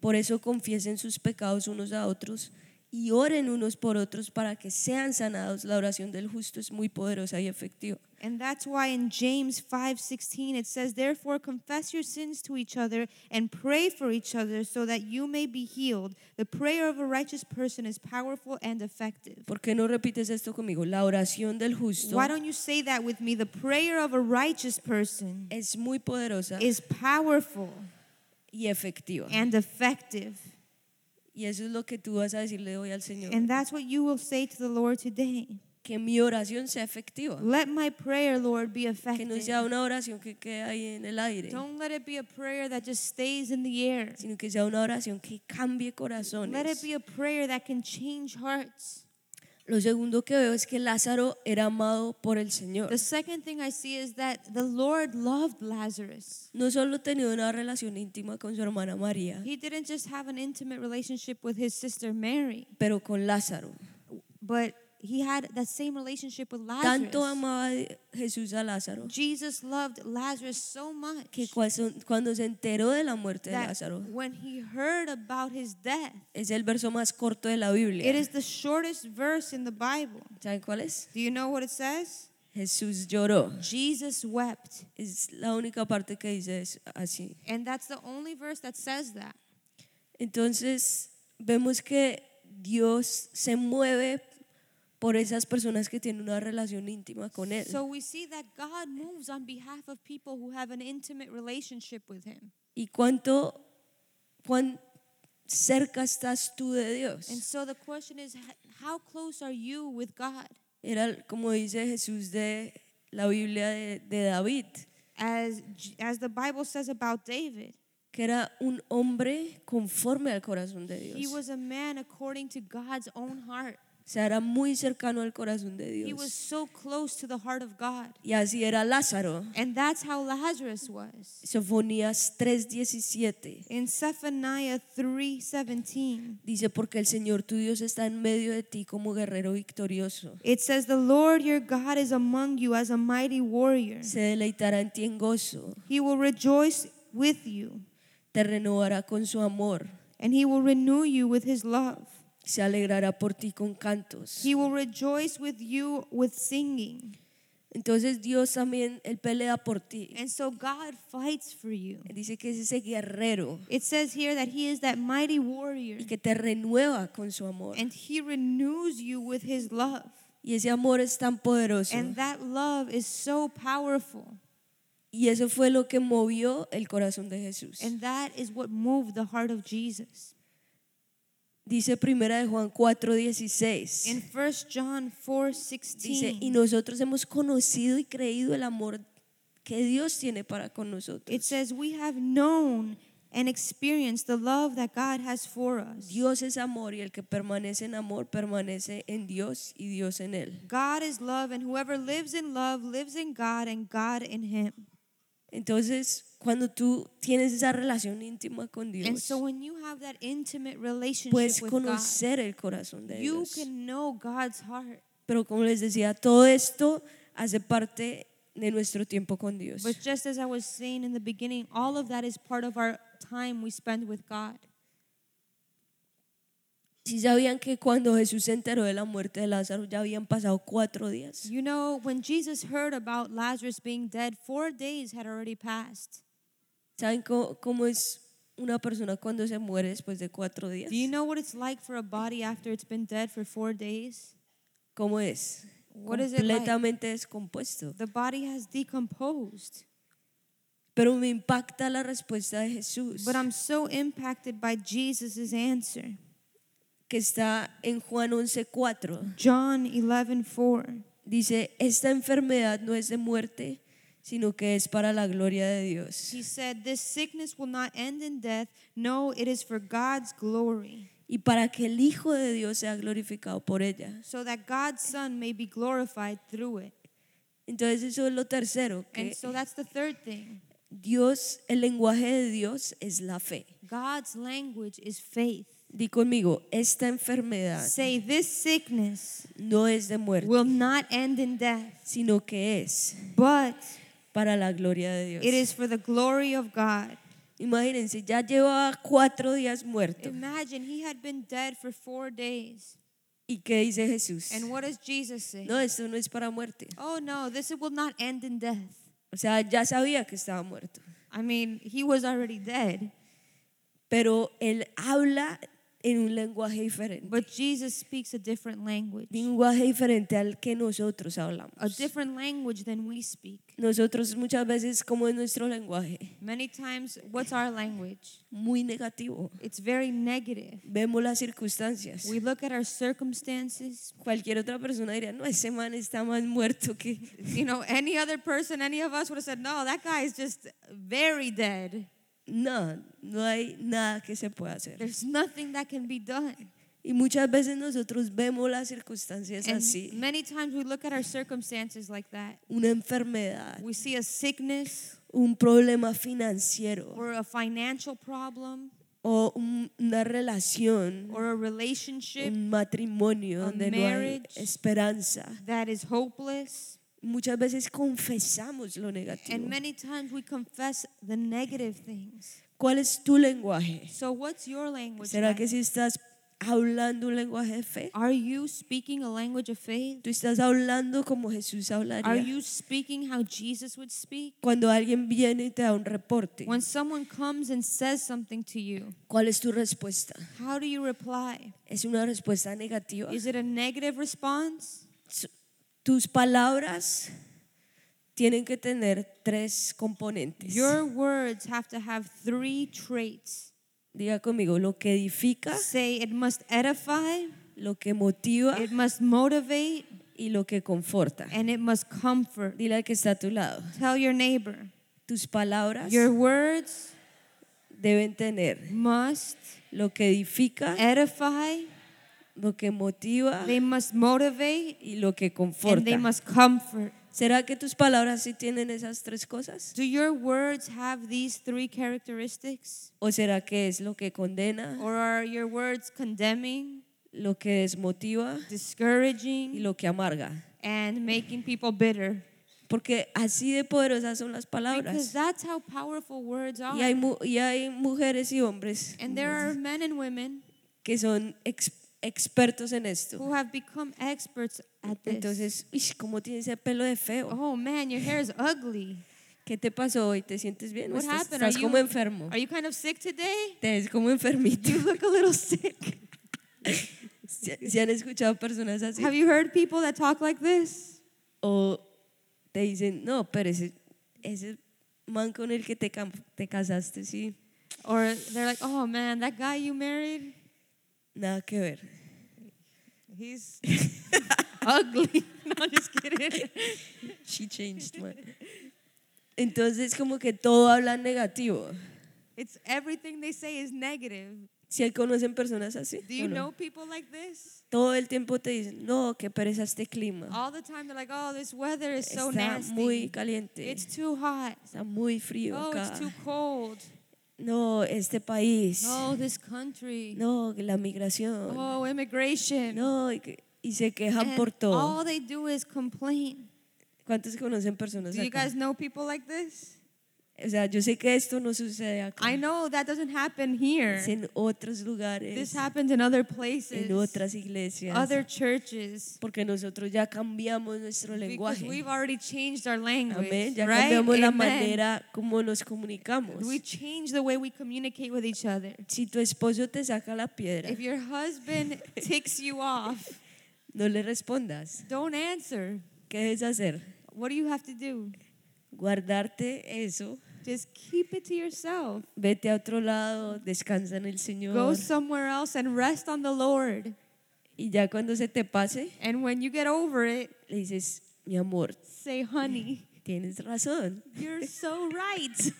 Speaker 1: por eso confiesen sus pecados unos a otros y oren unos por otros para que sean sanados. La oración del justo es muy poderosa y efectiva.
Speaker 2: And that's why in James 5:16 it says therefore confess your sins to each other and pray for each other so that you may be healed. The prayer of a righteous person is powerful and effective.
Speaker 1: ¿Por qué no repites esto conmigo? La oración del justo
Speaker 2: Why don't you say that with me? The prayer of a righteous person
Speaker 1: es muy poderosa
Speaker 2: is powerful
Speaker 1: y efectiva.
Speaker 2: and effective.
Speaker 1: Y eso es lo que tú vas a decirle hoy al Señor.
Speaker 2: And that's what you will say to the Lord today.
Speaker 1: Que mi oración sea efectiva.
Speaker 2: Let my prayer, Lord, be
Speaker 1: Que no
Speaker 2: effective.
Speaker 1: sea una oración que quede ahí en el aire,
Speaker 2: Don't let it be a prayer that just stays in the air.
Speaker 1: sino que sea una oración que cambie
Speaker 2: Let it
Speaker 1: corazones.
Speaker 2: be a prayer that can change hearts.
Speaker 1: Lo segundo que veo es que Lázaro era amado por el Señor.
Speaker 2: The second thing I see is that the Lord loved Lazarus.
Speaker 1: no solo tenía una relación íntima con su hermana María,
Speaker 2: He didn't just have an intimate relationship with his sister Mary,
Speaker 1: pero con Lázaro.
Speaker 2: but he had that same relationship with
Speaker 1: Tanto
Speaker 2: Lazarus.
Speaker 1: amaba de- Jesús a Lázaro
Speaker 2: Jesus loved Lazarus so much
Speaker 1: que cuando, cuando se enteró de la muerte de
Speaker 2: that
Speaker 1: Lázaro,
Speaker 2: when he heard about his death,
Speaker 1: es el verso más corto de la
Speaker 2: it
Speaker 1: Biblia.
Speaker 2: is the shortest verse in the Bible.
Speaker 1: ¿Saben cuál es?
Speaker 2: Do you know what it says?
Speaker 1: Jesús lloró.
Speaker 2: Jesus wept.
Speaker 1: Es la única parte que dice es así.
Speaker 2: And that's the only verse that says that.
Speaker 1: Entonces, vemos que Dios se mueve por esas personas que tienen una relación íntima con Él.
Speaker 2: So we see that God moves on behalf of people who have an intimate relationship with Him.
Speaker 1: ¿Y cuánto, cuán cerca estás tú de Dios?
Speaker 2: And so the question is, h- how close are you with God?
Speaker 1: era, como dice Jesús de la Biblia de, de David,
Speaker 2: as, J- as the Bible says about David.
Speaker 1: que era un hombre conforme al corazón de
Speaker 2: He
Speaker 1: Dios.
Speaker 2: was a man according to God's own heart.
Speaker 1: o sea, era muy cercano al corazón de
Speaker 2: He was
Speaker 1: Dios.
Speaker 2: so close to the heart of God.
Speaker 1: Y así era Lázaro.
Speaker 2: And that's how Lazarus was.
Speaker 1: Sofonías 3:17
Speaker 2: In Zephaniah 3:17,
Speaker 1: dice, porque el Señor tu Dios está en medio de ti como guerrero victorioso.
Speaker 2: it says, "The Lord your God is among you as a mighty warrior.
Speaker 1: Se deleitará en ti en gozo,
Speaker 2: He will rejoice with you,
Speaker 1: te renovará con su amor,
Speaker 2: and he will renew you with his love.
Speaker 1: se alegrará por ti con cantos.
Speaker 2: He will rejoice with you with singing."
Speaker 1: Entonces Dios también, Él pelea por ti.
Speaker 2: And so God fights for you.
Speaker 1: Dice que es ese guerrero
Speaker 2: It says here that he is that mighty warrior,
Speaker 1: y que te renueva con su amor.
Speaker 2: and he renews you with his love.
Speaker 1: Y ese amor es tan poderoso.
Speaker 2: And that love is so powerful.
Speaker 1: Y eso fue lo que movió el corazón de Jesús.
Speaker 2: And that is what moved the heart of Jesus.
Speaker 1: Dice primera de Juan 4:16.
Speaker 2: In 1 John 4 16,
Speaker 1: Dice, y nosotros hemos conocido y creído el amor que Dios tiene para con
Speaker 2: it
Speaker 1: nosotros.
Speaker 2: says, We have known and experienced the love that God has for us.
Speaker 1: Dios es amor y el que permanece en amor permanece en Dios y Dios en él.
Speaker 2: God is love, and whoever lives in love lives in God and God in him.
Speaker 1: Entonces, cuando tú tienes esa relación íntima con
Speaker 2: And
Speaker 1: Dios,
Speaker 2: so when you have that intimate relationship
Speaker 1: puedes
Speaker 2: with God,
Speaker 1: conocer el corazón de
Speaker 2: you
Speaker 1: Dios.
Speaker 2: can know God's heart.
Speaker 1: Pero como les decía, todo esto hace parte de nuestro tiempo con Dios.
Speaker 2: But just as I was saying in the beginning, all of that is part of our time we spend with God.
Speaker 1: Si sabían que cuando Jesús se enteró de la muerte de Lázaro ya habían pasado cuatro días.
Speaker 2: You know, when Jesus heard about Lazarus being dead, four days had already passed.
Speaker 1: ¿Saben cómo, cómo es una persona cuando se muere después de cuatro días?
Speaker 2: Do you know what it's like for a body after it's been dead for four days?
Speaker 1: ¿Cómo es?
Speaker 2: What is it like?
Speaker 1: Completamente descompuesto.
Speaker 2: The body has decomposed.
Speaker 1: Pero me impacta la respuesta de Jesús,
Speaker 2: But I'm so impacted by Jesus' answer.
Speaker 1: que está en Juan 11:4.
Speaker 2: John 11 4.
Speaker 1: Dice, esta enfermedad no es de muerte, sino que es para la gloria de Dios
Speaker 2: He said, This sickness will not end in death. No, it is for God's glory,
Speaker 1: y para que el Hijo de Dios sea glorificado por ella.
Speaker 2: so that God's Son may be glorified through it.
Speaker 1: Entonces eso es lo tercero, que
Speaker 2: And so that's the third thing.
Speaker 1: Dios, el lenguaje de Dios es la fe.
Speaker 2: God's language is faith.
Speaker 1: Di conmigo, esta enfermedad
Speaker 2: Say, This sickness
Speaker 1: no es de muerte,
Speaker 2: will not end in death,
Speaker 1: sino que es
Speaker 2: but
Speaker 1: para la gloria de Dios.
Speaker 2: it is for the glory of God.
Speaker 1: Imagínense, ya llevaba cuatro días muerto.
Speaker 2: Imagine he had been dead for four days.
Speaker 1: ¿Y qué dice Jesús?
Speaker 2: And what does Jesus say?
Speaker 1: No, esto no es para muerte.
Speaker 2: Oh no, this will not end in death.
Speaker 1: O sea, ya sabía que estaba muerto.
Speaker 2: I mean, he was already dead,
Speaker 1: Pero él habla en un lenguaje diferente.
Speaker 2: but Jesus speaks a different language,
Speaker 1: Un lenguaje diferente al que nosotros hablamos.
Speaker 2: a different language than we speak.
Speaker 1: Nosotros muchas veces, como es nuestro lenguaje,
Speaker 2: Many times, what's our language?
Speaker 1: muy negativo.
Speaker 2: It's very negative.
Speaker 1: Vemos las circunstancias.
Speaker 2: We look at our circumstances.
Speaker 1: Cualquier otra persona diría, no, ese man está más muerto que...
Speaker 2: You know, any other person, any of us would have said, no, that guy is just very dead.
Speaker 1: No, no hay nada que se pueda hacer.
Speaker 2: There's nothing that can be done.
Speaker 1: Y muchas veces nosotros vemos las circunstancias
Speaker 2: And
Speaker 1: así.
Speaker 2: many times we look at our circumstances like that.
Speaker 1: Una enfermedad,
Speaker 2: We see a sickness
Speaker 1: un problema financiero
Speaker 2: or a financial problem
Speaker 1: o un- una relación,
Speaker 2: or a relationship
Speaker 1: un matrimonio
Speaker 2: a
Speaker 1: donde no hay
Speaker 2: marriage.
Speaker 1: esperanza.
Speaker 2: that is hopeless.
Speaker 1: Muchas veces confesamos lo
Speaker 2: And
Speaker 1: negativo.
Speaker 2: many times we confess the negative things.
Speaker 1: ¿Cuál es tu lenguaje?
Speaker 2: So, what's your language?
Speaker 1: ¿Será
Speaker 2: like?
Speaker 1: que si estás hablando un lenguaje de fe?
Speaker 2: Are you speaking a language of faith?
Speaker 1: ¿Tú estás hablando como Jesús
Speaker 2: Are
Speaker 1: hablaría?
Speaker 2: you speaking how Jesus would speak?
Speaker 1: Cuando alguien viene y te da un reporte,
Speaker 2: When someone comes and says something to you,
Speaker 1: ¿cuál es tu respuesta?
Speaker 2: how do you reply?
Speaker 1: ¿Es una respuesta negativa?
Speaker 2: Is it a negative response?
Speaker 1: Su- Tus palabras tienen que tener tres componentes.
Speaker 2: Your words have to have three traits.
Speaker 1: Diga conmigo, lo que edifica,
Speaker 2: Say it must edify,
Speaker 1: lo que motiva
Speaker 2: it must motivate,
Speaker 1: y lo que conforta.
Speaker 2: and it must comfort.
Speaker 1: Dile al que está a tu lado.
Speaker 2: Tell your neighbor,
Speaker 1: Tus palabras
Speaker 2: your words
Speaker 1: deben tener
Speaker 2: must
Speaker 1: lo que edifica,
Speaker 2: edify,
Speaker 1: lo que motiva
Speaker 2: they must motivate,
Speaker 1: y lo que
Speaker 2: and they
Speaker 1: conforta.
Speaker 2: must comfort.
Speaker 1: ¿Será que tus palabras sí tienen esas tres cosas?
Speaker 2: Do your words have these three characteristics?
Speaker 1: ¿O será que es lo que condena,
Speaker 2: Or are your words condemning,
Speaker 1: lo que desmotiva y
Speaker 2: discouraging,
Speaker 1: lo que amarga?
Speaker 2: and making people bitter?
Speaker 1: Porque así de poderosas son las
Speaker 2: Because
Speaker 1: palabras.
Speaker 2: that's how powerful words are.
Speaker 1: Y hay, Mm-hmm. mu- y hay mujeres y hombres
Speaker 2: And there are men and women
Speaker 1: que son ex- expertos en esto.
Speaker 2: who have become experts at this.
Speaker 1: Entonces, uy, ¿cómo tiene ese pelo de feo?
Speaker 2: Oh man, your hair is ugly.
Speaker 1: ¿Qué te pasó hoy? ¿Te sientes bien? ¿O
Speaker 2: What
Speaker 1: estás,
Speaker 2: happened? Are
Speaker 1: estás como
Speaker 2: you-
Speaker 1: enfermo.
Speaker 2: Are you kind of sick today?
Speaker 1: Te ves como enfermito.
Speaker 2: You look a little sick.
Speaker 1: ¿Se se han escuchado personas así?
Speaker 2: Have you heard people that talk like this?
Speaker 1: O te dicen, no, pero ese, ese man con el que te, cam- te casaste, sí,
Speaker 2: Or they're like, oh man, that guy you married,
Speaker 1: nada que ver.
Speaker 2: he's ugly. No, I'm just kidding.
Speaker 1: She changed man. Entonces como que todo habla negativo.
Speaker 2: It's everything they say is negative.
Speaker 1: Si ahí conocen personas así,
Speaker 2: Do you
Speaker 1: ¿o no?
Speaker 2: know people like this?
Speaker 1: todo el tiempo te dicen, no, que pereza este clima.
Speaker 2: All the time they're like, oh, this weather is so
Speaker 1: Está muy
Speaker 2: nasty.
Speaker 1: caliente.
Speaker 2: It's too hot.
Speaker 1: Está muy frío
Speaker 2: Oh,
Speaker 1: acá.
Speaker 2: it's too cold.
Speaker 1: No, este país.
Speaker 2: Oh, this country.
Speaker 1: No, la migración.
Speaker 2: Oh, immigration.
Speaker 1: No, y, que- y se quejan
Speaker 2: And
Speaker 1: por todo.
Speaker 2: all they do is complain.
Speaker 1: ¿Cuántos conocen personas
Speaker 2: Do you
Speaker 1: acá?
Speaker 2: guys know people like this?
Speaker 1: O sea, yo sé que esto no sucede acá.
Speaker 2: I know that doesn't happen here.
Speaker 1: Es en otros
Speaker 2: This
Speaker 1: lugares,
Speaker 2: happens in other
Speaker 1: en
Speaker 2: places,
Speaker 1: otras iglesias.
Speaker 2: other churches.
Speaker 1: porque nosotros ya cambiamos nuestro
Speaker 2: Because
Speaker 1: lenguaje.
Speaker 2: we've already changed our language,
Speaker 1: Amén. Ya
Speaker 2: right?
Speaker 1: cambiamos la
Speaker 2: Amen.
Speaker 1: manera como nos comunicamos.
Speaker 2: We change the way we communicate with each other.
Speaker 1: Si tu esposo te saca la piedra,
Speaker 2: If your husband ticks you off,
Speaker 1: no le respondas.
Speaker 2: don't answer.
Speaker 1: ¿Qué debes hacer?
Speaker 2: What do you have to do?
Speaker 1: Guardarte eso.
Speaker 2: Just keep it to yourself.
Speaker 1: Vete a otro lado, descansa en el
Speaker 2: Go
Speaker 1: Señor.
Speaker 2: somewhere else and rest on the Lord.
Speaker 1: Y ya cuando se te pase,
Speaker 2: And when you get over it,
Speaker 1: le dices, mi amor,
Speaker 2: say, honey,
Speaker 1: tienes razón.
Speaker 2: you're so right.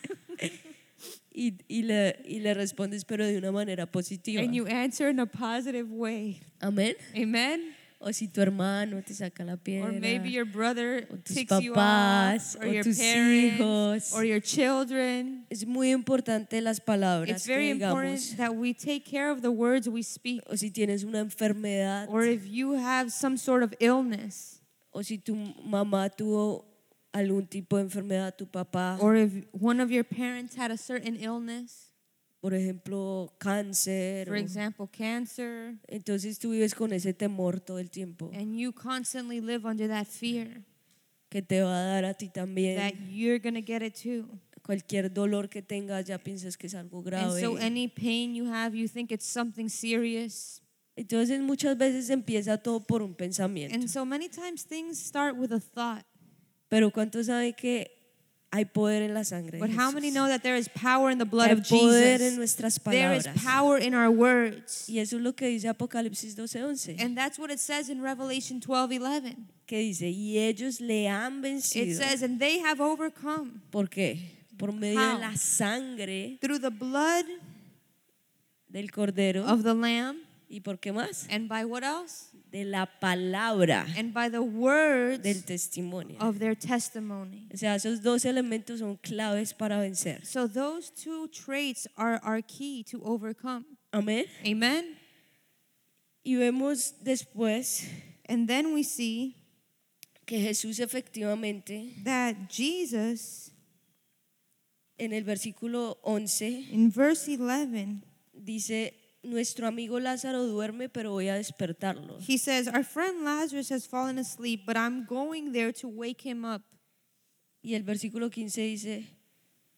Speaker 1: Y, y le, y le respondes, pero de una manera positiva.
Speaker 2: And you answer in a positive way.
Speaker 1: Amén.
Speaker 2: Amen.
Speaker 1: O si tu hermano te saca la
Speaker 2: Or
Speaker 1: piedra.
Speaker 2: maybe your brother
Speaker 1: o tus
Speaker 2: ticks you
Speaker 1: papás,
Speaker 2: off, or
Speaker 1: o
Speaker 2: your
Speaker 1: tus
Speaker 2: parents,
Speaker 1: hijos.
Speaker 2: or your children.
Speaker 1: Es muy importante las palabras
Speaker 2: It's very
Speaker 1: que
Speaker 2: important
Speaker 1: digamos.
Speaker 2: that we take care of the words we speak.
Speaker 1: O si tienes una enfermedad,
Speaker 2: Or if you have some sort of illness,
Speaker 1: o si tu mamá tuvo algún tipo de enfermedad, tu papá,
Speaker 2: or if one of your parents had a certain illness,
Speaker 1: por ejemplo, cáncer.
Speaker 2: for
Speaker 1: o-
Speaker 2: example, cancer,
Speaker 1: entonces tú vives con ese temor todo el tiempo
Speaker 2: and you constantly live under that fear
Speaker 1: que te va a dar a ti
Speaker 2: that
Speaker 1: también.
Speaker 2: you're going to get it too.
Speaker 1: Cualquier dolor que tengas ya piensas que es algo
Speaker 2: And
Speaker 1: grave.
Speaker 2: so any pain you have, you think it's something serious.
Speaker 1: entonces muchas veces empieza todo por un pensamiento.
Speaker 2: And so many times things start with a thought.
Speaker 1: Pero ¿cuántos saben que hay poder en la sangre? de
Speaker 2: But how
Speaker 1: Jesús?
Speaker 2: many know that there is power in the
Speaker 1: Que
Speaker 2: blood
Speaker 1: hay
Speaker 2: of
Speaker 1: poder en
Speaker 2: Jesus?
Speaker 1: nuestras
Speaker 2: There is
Speaker 1: palabras.
Speaker 2: power in our words.
Speaker 1: Y eso es lo que dice Apocalipsis 12:11,
Speaker 2: And that's what it says in Revelation 12 11.
Speaker 1: que dice, y ellos le han
Speaker 2: It
Speaker 1: vencido.
Speaker 2: says, And they have overcome
Speaker 1: ¿Por qué? Por medio de
Speaker 2: How?
Speaker 1: la sangre
Speaker 2: through the blood
Speaker 1: del cordero.
Speaker 2: of the Lamb.
Speaker 1: ¿Y por qué más?
Speaker 2: And by what else?
Speaker 1: De la palabra
Speaker 2: And by the words
Speaker 1: del testimonio.
Speaker 2: of their testimony.
Speaker 1: O sea, esos dos elementos son claves para vencer.
Speaker 2: So those two traits are our key to overcome.
Speaker 1: Amén.
Speaker 2: Amen.
Speaker 1: Y vemos después
Speaker 2: And then we see
Speaker 1: que Jesús efectivamente,
Speaker 2: that Jesus,
Speaker 1: en el versículo 11,
Speaker 2: in verse 11,
Speaker 1: Dice, nuestro amigo Lázaro duerme, pero voy a despertarlo.
Speaker 2: He says, Our friend Lazarus has fallen asleep, but I'm going there to wake him up.
Speaker 1: Y el versículo 15 dice,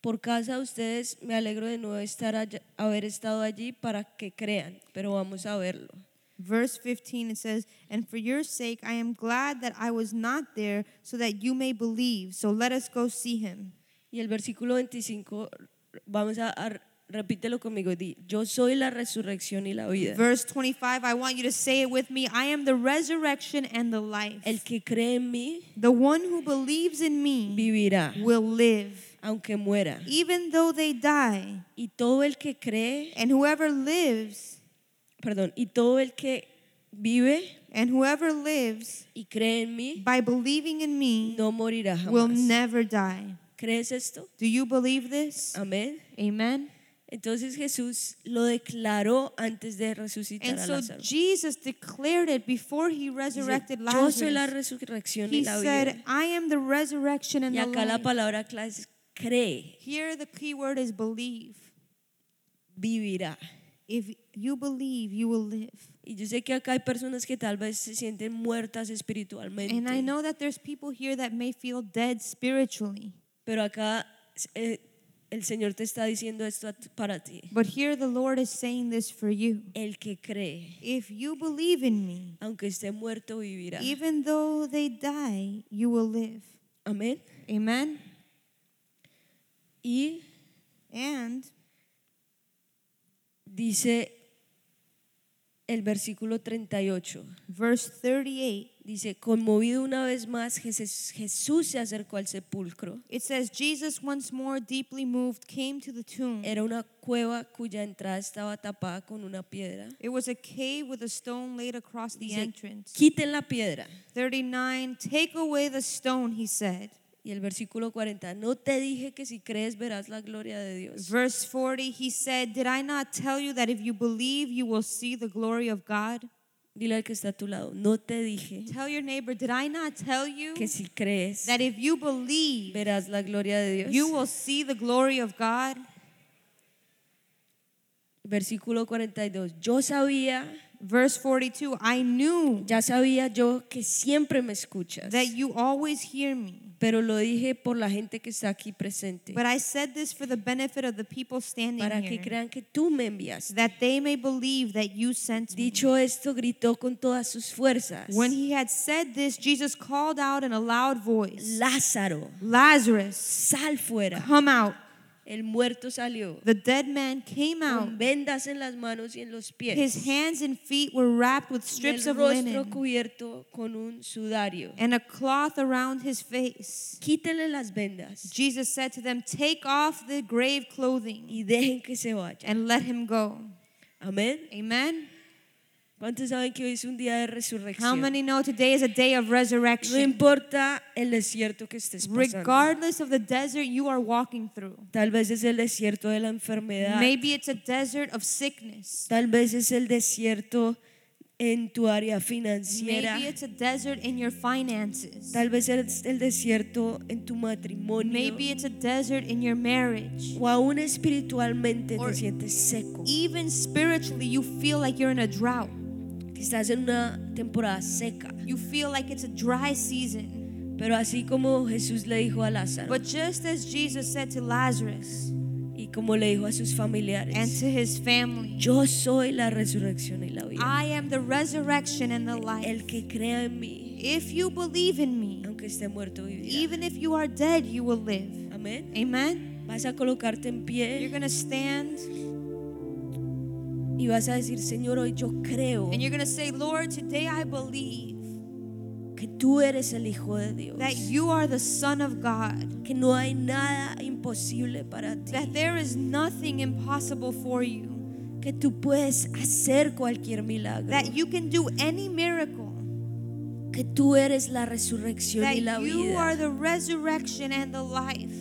Speaker 1: por casa de ustedes me alegro de no estar allá- haber estado allí para que crean, pero vamos a verlo.
Speaker 2: Verse 15, it says, And for your sake I am glad that I was not there, so that you may believe. So let us go see him.
Speaker 1: Y el versículo 25, vamos a, a Repítelo conmigo. Di, yo soy la resurrección y la vida.
Speaker 2: Verse 25, I want you to say it with me. I am the resurrection and the life.
Speaker 1: El que cree en mí
Speaker 2: The one who believes in me
Speaker 1: vivirá,
Speaker 2: will live,
Speaker 1: aunque muera.
Speaker 2: even though they die.
Speaker 1: Y todo el que cree,
Speaker 2: And whoever lives,
Speaker 1: perdón, y todo el que vive
Speaker 2: and whoever lives
Speaker 1: y cree en mí
Speaker 2: by believing in me
Speaker 1: no morirá
Speaker 2: will
Speaker 1: jamás.
Speaker 2: never die.
Speaker 1: ¿Crees esto?
Speaker 2: Do you believe this?
Speaker 1: Amén.
Speaker 2: Amen.
Speaker 1: Entonces Jesús lo declaró antes de resucitar
Speaker 2: And
Speaker 1: a
Speaker 2: so
Speaker 1: Lázaro.
Speaker 2: Jesus declared it before he
Speaker 1: Dice,
Speaker 2: resurrected
Speaker 1: yo soy la
Speaker 2: Lazarus.
Speaker 1: resurrección y
Speaker 2: He
Speaker 1: la
Speaker 2: said,
Speaker 1: vida.
Speaker 2: I am the resurrection and
Speaker 1: Y
Speaker 2: the
Speaker 1: acá la
Speaker 2: life.
Speaker 1: palabra clave es cree,
Speaker 2: Here the key word is believe.
Speaker 1: vivirá.
Speaker 2: If you believe, you will live.
Speaker 1: Y yo sé que acá hay personas que tal vez se sienten muertas espiritualmente.
Speaker 2: And I know that there's people here that may feel dead spiritually.
Speaker 1: Pero acá eh, el Señor te está diciendo esto a ti- para ti.
Speaker 2: But here the Lord is saying this for you.
Speaker 1: El que cree,
Speaker 2: If you believe in me,
Speaker 1: aunque esté muerto, vivirá.
Speaker 2: even though they die, you will live.
Speaker 1: Amén.
Speaker 2: Amen.
Speaker 1: Y
Speaker 2: And
Speaker 1: dice el versículo 38.
Speaker 2: verse 38,
Speaker 1: Dice, conmovido una vez más, Jesús, Jesús se acercó al sepulcro.
Speaker 2: it says, Jesus, once more deeply moved, came to the tomb.
Speaker 1: Era una cueva cuya entrada estaba tapada con una piedra.
Speaker 2: It was a cave with a stone laid across the
Speaker 1: Dice,
Speaker 2: entrance.
Speaker 1: quiten la piedra.
Speaker 2: 39, take away the stone, he said.
Speaker 1: Y el versículo 40, no te dije que si crees verás la gloria de Dios.
Speaker 2: Verse 40, he said, Did I not tell you that if you believe, you will see the glory of God?
Speaker 1: Dile al que está a tu lado, no te dije
Speaker 2: Tell your neighbor, Did I not tell you
Speaker 1: que si crees
Speaker 2: that if you believe,
Speaker 1: verás la gloria de
Speaker 2: you
Speaker 1: Dios.
Speaker 2: will see the glory of God?
Speaker 1: Versículo 42, yo sabía,
Speaker 2: Verse 42, I knew
Speaker 1: ya sabía yo que siempre me escuchas,
Speaker 2: that you always hear me,
Speaker 1: pero lo dije por la gente que está aquí presente,
Speaker 2: but I said this for the benefit of the people standing
Speaker 1: para que
Speaker 2: here,
Speaker 1: crean que tú me envías.
Speaker 2: that they may believe that you sent me.
Speaker 1: Dicho esto, gritó con todas sus fuerzas,
Speaker 2: When he had said this, Jesus called out in a loud voice,
Speaker 1: Lázaro,
Speaker 2: Lazarus,
Speaker 1: sal fuera.
Speaker 2: come out.
Speaker 1: El muerto salió
Speaker 2: The dead man came out.
Speaker 1: con vendas en las manos y en los pies.
Speaker 2: His hands and feet were wrapped with
Speaker 1: y el
Speaker 2: strips of
Speaker 1: rostro
Speaker 2: linen
Speaker 1: cubierto con un sudario.
Speaker 2: and a cloth around his face.
Speaker 1: Quítenle las vendas
Speaker 2: Jesus said to them, Take off the grave clothing
Speaker 1: y dejen que se vaya.
Speaker 2: and let him go.
Speaker 1: Amén.
Speaker 2: Amen.
Speaker 1: ¿Cuántos saben que hoy es un día de
Speaker 2: How
Speaker 1: resurrección?
Speaker 2: many know today is a day of
Speaker 1: No
Speaker 2: resurrection?
Speaker 1: importa el desierto que estés pasando.
Speaker 2: Regardless of the desert you are walking through,
Speaker 1: Tal vez es el desierto de la enfermedad.
Speaker 2: maybe it's a desert of sickness,
Speaker 1: Tal vez es el desierto en tu área financiera.
Speaker 2: maybe it's a desert in your finances,
Speaker 1: Tal vez es el desierto en tu matrimonio.
Speaker 2: maybe it's a desert in your marriage.
Speaker 1: O aún espiritualmente te
Speaker 2: Or-
Speaker 1: sientes seco.
Speaker 2: Even spiritually, you feel like you're in a drought,
Speaker 1: Que estás en una temporada seca.
Speaker 2: you feel like it's a dry season.
Speaker 1: Pero así como Jesús le dijo a Lázaro
Speaker 2: But just as Jesus said to Lazarus
Speaker 1: y como le dijo a sus
Speaker 2: and
Speaker 1: familiares,
Speaker 2: to his family,
Speaker 1: yo soy la resurrección y la vida.
Speaker 2: I am the resurrection and the life.
Speaker 1: El que crea en mí,
Speaker 2: If you believe in me,
Speaker 1: aunque esté muerto, vivirá.
Speaker 2: even if you are dead, you will live.
Speaker 1: Amén.
Speaker 2: Amen.
Speaker 1: Vas a colocarte en
Speaker 2: You're
Speaker 1: pie
Speaker 2: going to stand
Speaker 1: y vas a decir, Señor, hoy yo creo
Speaker 2: and you're going to say, Lord, today I believe
Speaker 1: que tú eres el Hijo de Dios.
Speaker 2: that you are the Son of God,
Speaker 1: Que no hay nada imposible para ti.
Speaker 2: that there is nothing impossible for you,
Speaker 1: Que tú puedes hacer cualquier milagro.
Speaker 2: that you can do any miracle,
Speaker 1: Que tú eres la resurrección
Speaker 2: that
Speaker 1: y la
Speaker 2: you are
Speaker 1: vida.
Speaker 2: the resurrection and the life.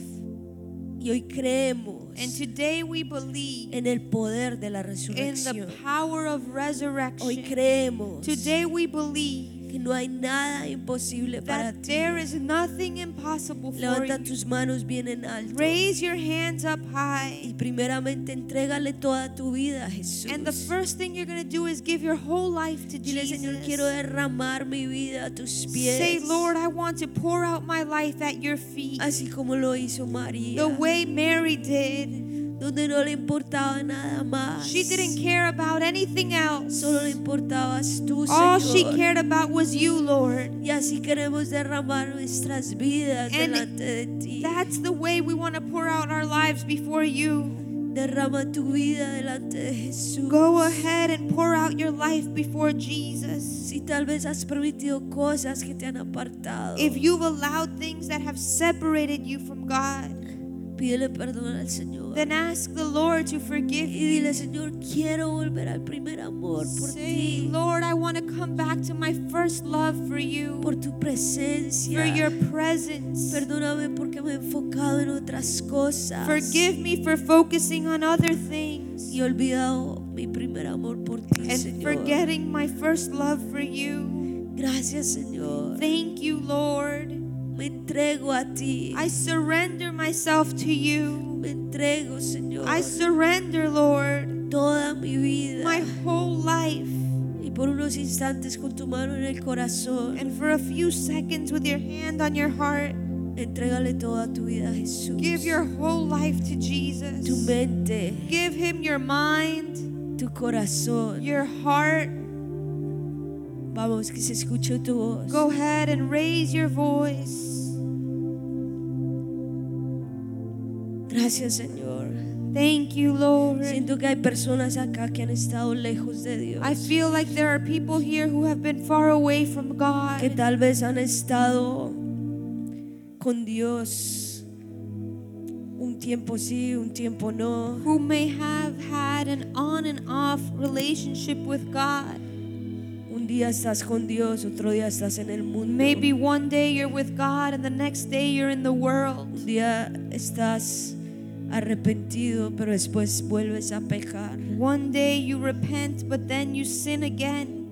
Speaker 1: Y hoy creemos
Speaker 2: And today we believe.
Speaker 1: en el poder de la
Speaker 2: in
Speaker 1: resurrección.
Speaker 2: the power of
Speaker 1: Hoy
Speaker 2: resurrection.
Speaker 1: creemos
Speaker 2: Today we believe
Speaker 1: que no hay nada imposible para
Speaker 2: that
Speaker 1: ti.
Speaker 2: there is nothing impossible for
Speaker 1: Levanta
Speaker 2: you.
Speaker 1: tus manos bien en alto
Speaker 2: Raise your hands up high.
Speaker 1: y primeramente entrégale toda tu vida a Jesús.
Speaker 2: And the first thing you're going to do is give your whole life to
Speaker 1: Dile, Señor, quiero
Speaker 2: Jesus.
Speaker 1: derramar mi vida a tus pies.
Speaker 2: Say, Lord, I want to pour out my life at your feet.
Speaker 1: Así como lo hizo María,
Speaker 2: The way Mary did.
Speaker 1: donde no le importaba nada más.
Speaker 2: She didn't care about anything else.
Speaker 1: Solo le importabas tú,
Speaker 2: All she
Speaker 1: Señor.
Speaker 2: cared about was you, Lord.
Speaker 1: y así queremos derramar nuestras vidas
Speaker 2: And
Speaker 1: delante de ti.
Speaker 2: That's the way we want to pour out our lives before you.
Speaker 1: Derrama tu vida delante de Jesús.
Speaker 2: Go ahead and pour out your life before Jesus.
Speaker 1: Si tal vez has permitido cosas que te han apartado,
Speaker 2: If you've allowed things that have separated you from God,
Speaker 1: pídele perdón al Señor.
Speaker 2: then ask the Lord to forgive
Speaker 1: Y
Speaker 2: you.
Speaker 1: dile, Señor, quiero volver al primer amor por
Speaker 2: Say,
Speaker 1: ti,
Speaker 2: Lord, I want to come back to my first love for you,
Speaker 1: por tu
Speaker 2: for your
Speaker 1: presencia.
Speaker 2: presence.
Speaker 1: Perdóname porque me he enfocado en otras cosas.
Speaker 2: Forgive me for focusing on other things
Speaker 1: Y he olvidado mi primer amor por ti,
Speaker 2: and
Speaker 1: Señor.
Speaker 2: forgetting my first love for you.
Speaker 1: Gracias, Señor.
Speaker 2: Thank you, Lord.
Speaker 1: Me entrego a ti.
Speaker 2: I surrender myself to you.
Speaker 1: Me entrego, Señor,
Speaker 2: I surrender, Lord,
Speaker 1: toda mi vida.
Speaker 2: my whole life.
Speaker 1: Y por unos instantes con tu mano en el corazón,
Speaker 2: And for a few seconds, with your hand on your heart,
Speaker 1: entrégale toda tu vida a Jesús.
Speaker 2: give your whole life to
Speaker 1: tu
Speaker 2: Jesus.
Speaker 1: mente,
Speaker 2: Give him your mind,
Speaker 1: tu corazón.
Speaker 2: your heart.
Speaker 1: Vamos, que se escuche tu voz.
Speaker 2: Go ahead and raise your voice.
Speaker 1: Gracias, Señor.
Speaker 2: Thank you, Lord.
Speaker 1: Siento que hay personas acá que han estado lejos de Dios.
Speaker 2: I feel like there are people here who have been far away from
Speaker 1: que
Speaker 2: God,
Speaker 1: tal vez han estado con Dios un tiempo sí, un tiempo no,
Speaker 2: who may have had an on and off relationship with God.
Speaker 1: un día estás con Dios, otro día estás en el mundo,
Speaker 2: Maybe one day you're with God and the next day you're in the world.
Speaker 1: un día estás arrepentido, pero después vuelves a pecar.
Speaker 2: One day you repent, but then you sin again.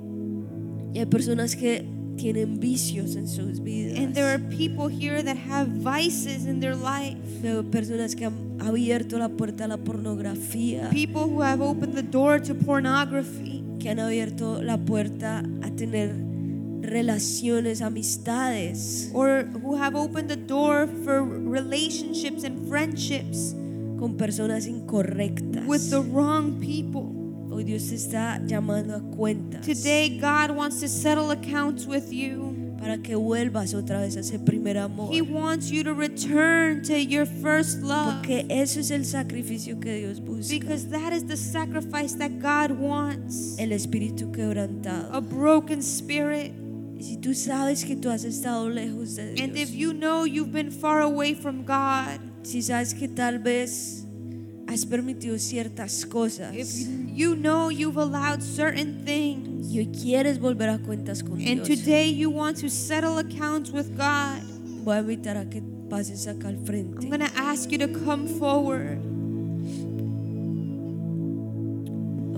Speaker 1: Y hay personas que tienen vicios en sus vidas,
Speaker 2: And there are people here that have vices in their life.
Speaker 1: Veo personas que han abierto la puerta a la pornografía,
Speaker 2: People who have opened the door to pornography,
Speaker 1: que han abierto la puerta a tener relaciones, amistades.
Speaker 2: or who have opened the door for relationships and friendships
Speaker 1: con personas incorrectas.
Speaker 2: with the wrong people.
Speaker 1: Hoy Dios te está llamando a cuentas
Speaker 2: Today, God wants to settle accounts with you.
Speaker 1: para que vuelvas otra vez a ese primer amor.
Speaker 2: He wants you to return to your first love
Speaker 1: Porque eso es el sacrificio que Dios busca.
Speaker 2: because that is the sacrifice that God wants
Speaker 1: El espíritu quebrantado.
Speaker 2: a broken spirit.
Speaker 1: Y si tú sabes que tú has estado lejos de
Speaker 2: And
Speaker 1: Dios,
Speaker 2: if you know you've been far away from God,
Speaker 1: si sabes que tal vez has permitido ciertas cosas
Speaker 2: if you know you've allowed certain things,
Speaker 1: y hoy quieres volver a cuentas con
Speaker 2: and
Speaker 1: Dios,
Speaker 2: today you want to settle accounts with God,
Speaker 1: voy a invitar a que pases acá al frente.
Speaker 2: I'm going to ask you to come forward.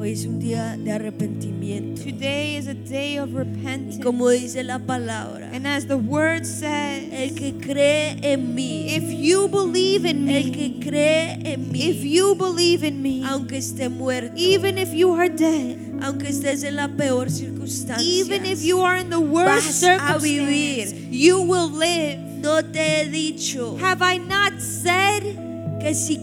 Speaker 1: Hoy es un día de arrepentimiento.
Speaker 2: Today is a day of
Speaker 1: Y como
Speaker 2: repentance.
Speaker 1: dice la palabra,
Speaker 2: And as the word says,
Speaker 1: El que cree en mí,
Speaker 2: If you believe in
Speaker 1: el
Speaker 2: me,
Speaker 1: que cree en
Speaker 2: if
Speaker 1: mí,
Speaker 2: you believe in me,
Speaker 1: aunque esté muerto,
Speaker 2: even if you are dead,
Speaker 1: aunque estés en la peor
Speaker 2: even if
Speaker 1: circunstancia,
Speaker 2: you are in the
Speaker 1: Vas
Speaker 2: worst
Speaker 1: a vivir.
Speaker 2: circumstance, you will live.
Speaker 1: no te he dicho
Speaker 2: Have I not said
Speaker 1: que si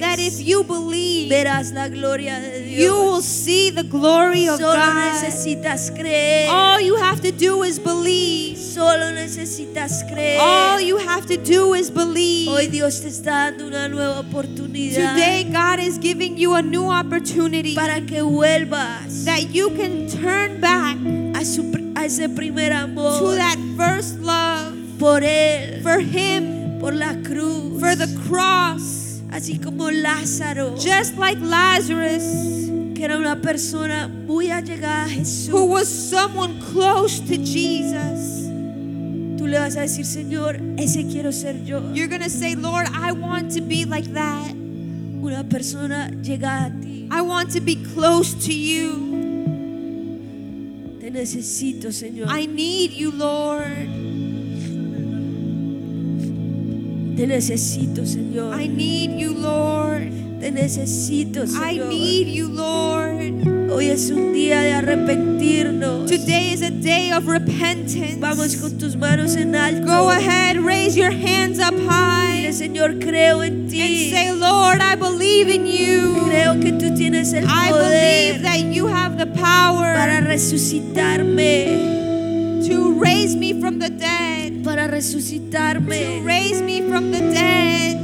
Speaker 2: that if
Speaker 1: crees
Speaker 2: you believe,
Speaker 1: verás la gloria de
Speaker 2: you will
Speaker 1: Dios.
Speaker 2: see the glory of
Speaker 1: Solo
Speaker 2: God?
Speaker 1: necesitas creer,
Speaker 2: All you have to do is believe.
Speaker 1: solo necesitas
Speaker 2: All
Speaker 1: creer.
Speaker 2: you have to do is
Speaker 1: Hoy
Speaker 2: believe.
Speaker 1: Dios te está dando una nueva oportunidad
Speaker 2: Today, God is giving you a new opportunity
Speaker 1: para que vuelvas
Speaker 2: that you can turn back
Speaker 1: a, su pr- a ese primer
Speaker 2: to
Speaker 1: amor
Speaker 2: that first love
Speaker 1: por Él,
Speaker 2: for Him.
Speaker 1: por la cruz.
Speaker 2: for the cross,
Speaker 1: así como Lázaro,
Speaker 2: just like Lazarus,
Speaker 1: que era una persona muy allegada a
Speaker 2: who
Speaker 1: Jesús,
Speaker 2: was someone close to Jesus.
Speaker 1: tú le vas a decir, Señor, ese quiero ser yo,
Speaker 2: You're going to say, Lord, I want to be like that.
Speaker 1: una persona llegada a ti.
Speaker 2: I want to be close to you.
Speaker 1: Te necesito, Señor.
Speaker 2: I need you, Lord.
Speaker 1: Te necesito, Señor.
Speaker 2: I need you, Lord.
Speaker 1: Te necesito,
Speaker 2: I
Speaker 1: Señor.
Speaker 2: need you, Lord.
Speaker 1: Hoy es un día de arrepentirnos.
Speaker 2: Today is a day of repentance.
Speaker 1: Vamos con tus manos en alto.
Speaker 2: Go ahead, raise your hands up
Speaker 1: Dile,
Speaker 2: high
Speaker 1: Señor, creo en
Speaker 2: and
Speaker 1: ti.
Speaker 2: say, Lord, I believe in you.
Speaker 1: Creo que tú tienes el
Speaker 2: I
Speaker 1: poder
Speaker 2: believe that you have the power.
Speaker 1: para resucitarme,
Speaker 2: to raise me from the dead,
Speaker 1: para
Speaker 2: to
Speaker 1: resucitarme.
Speaker 2: raise me from the dead.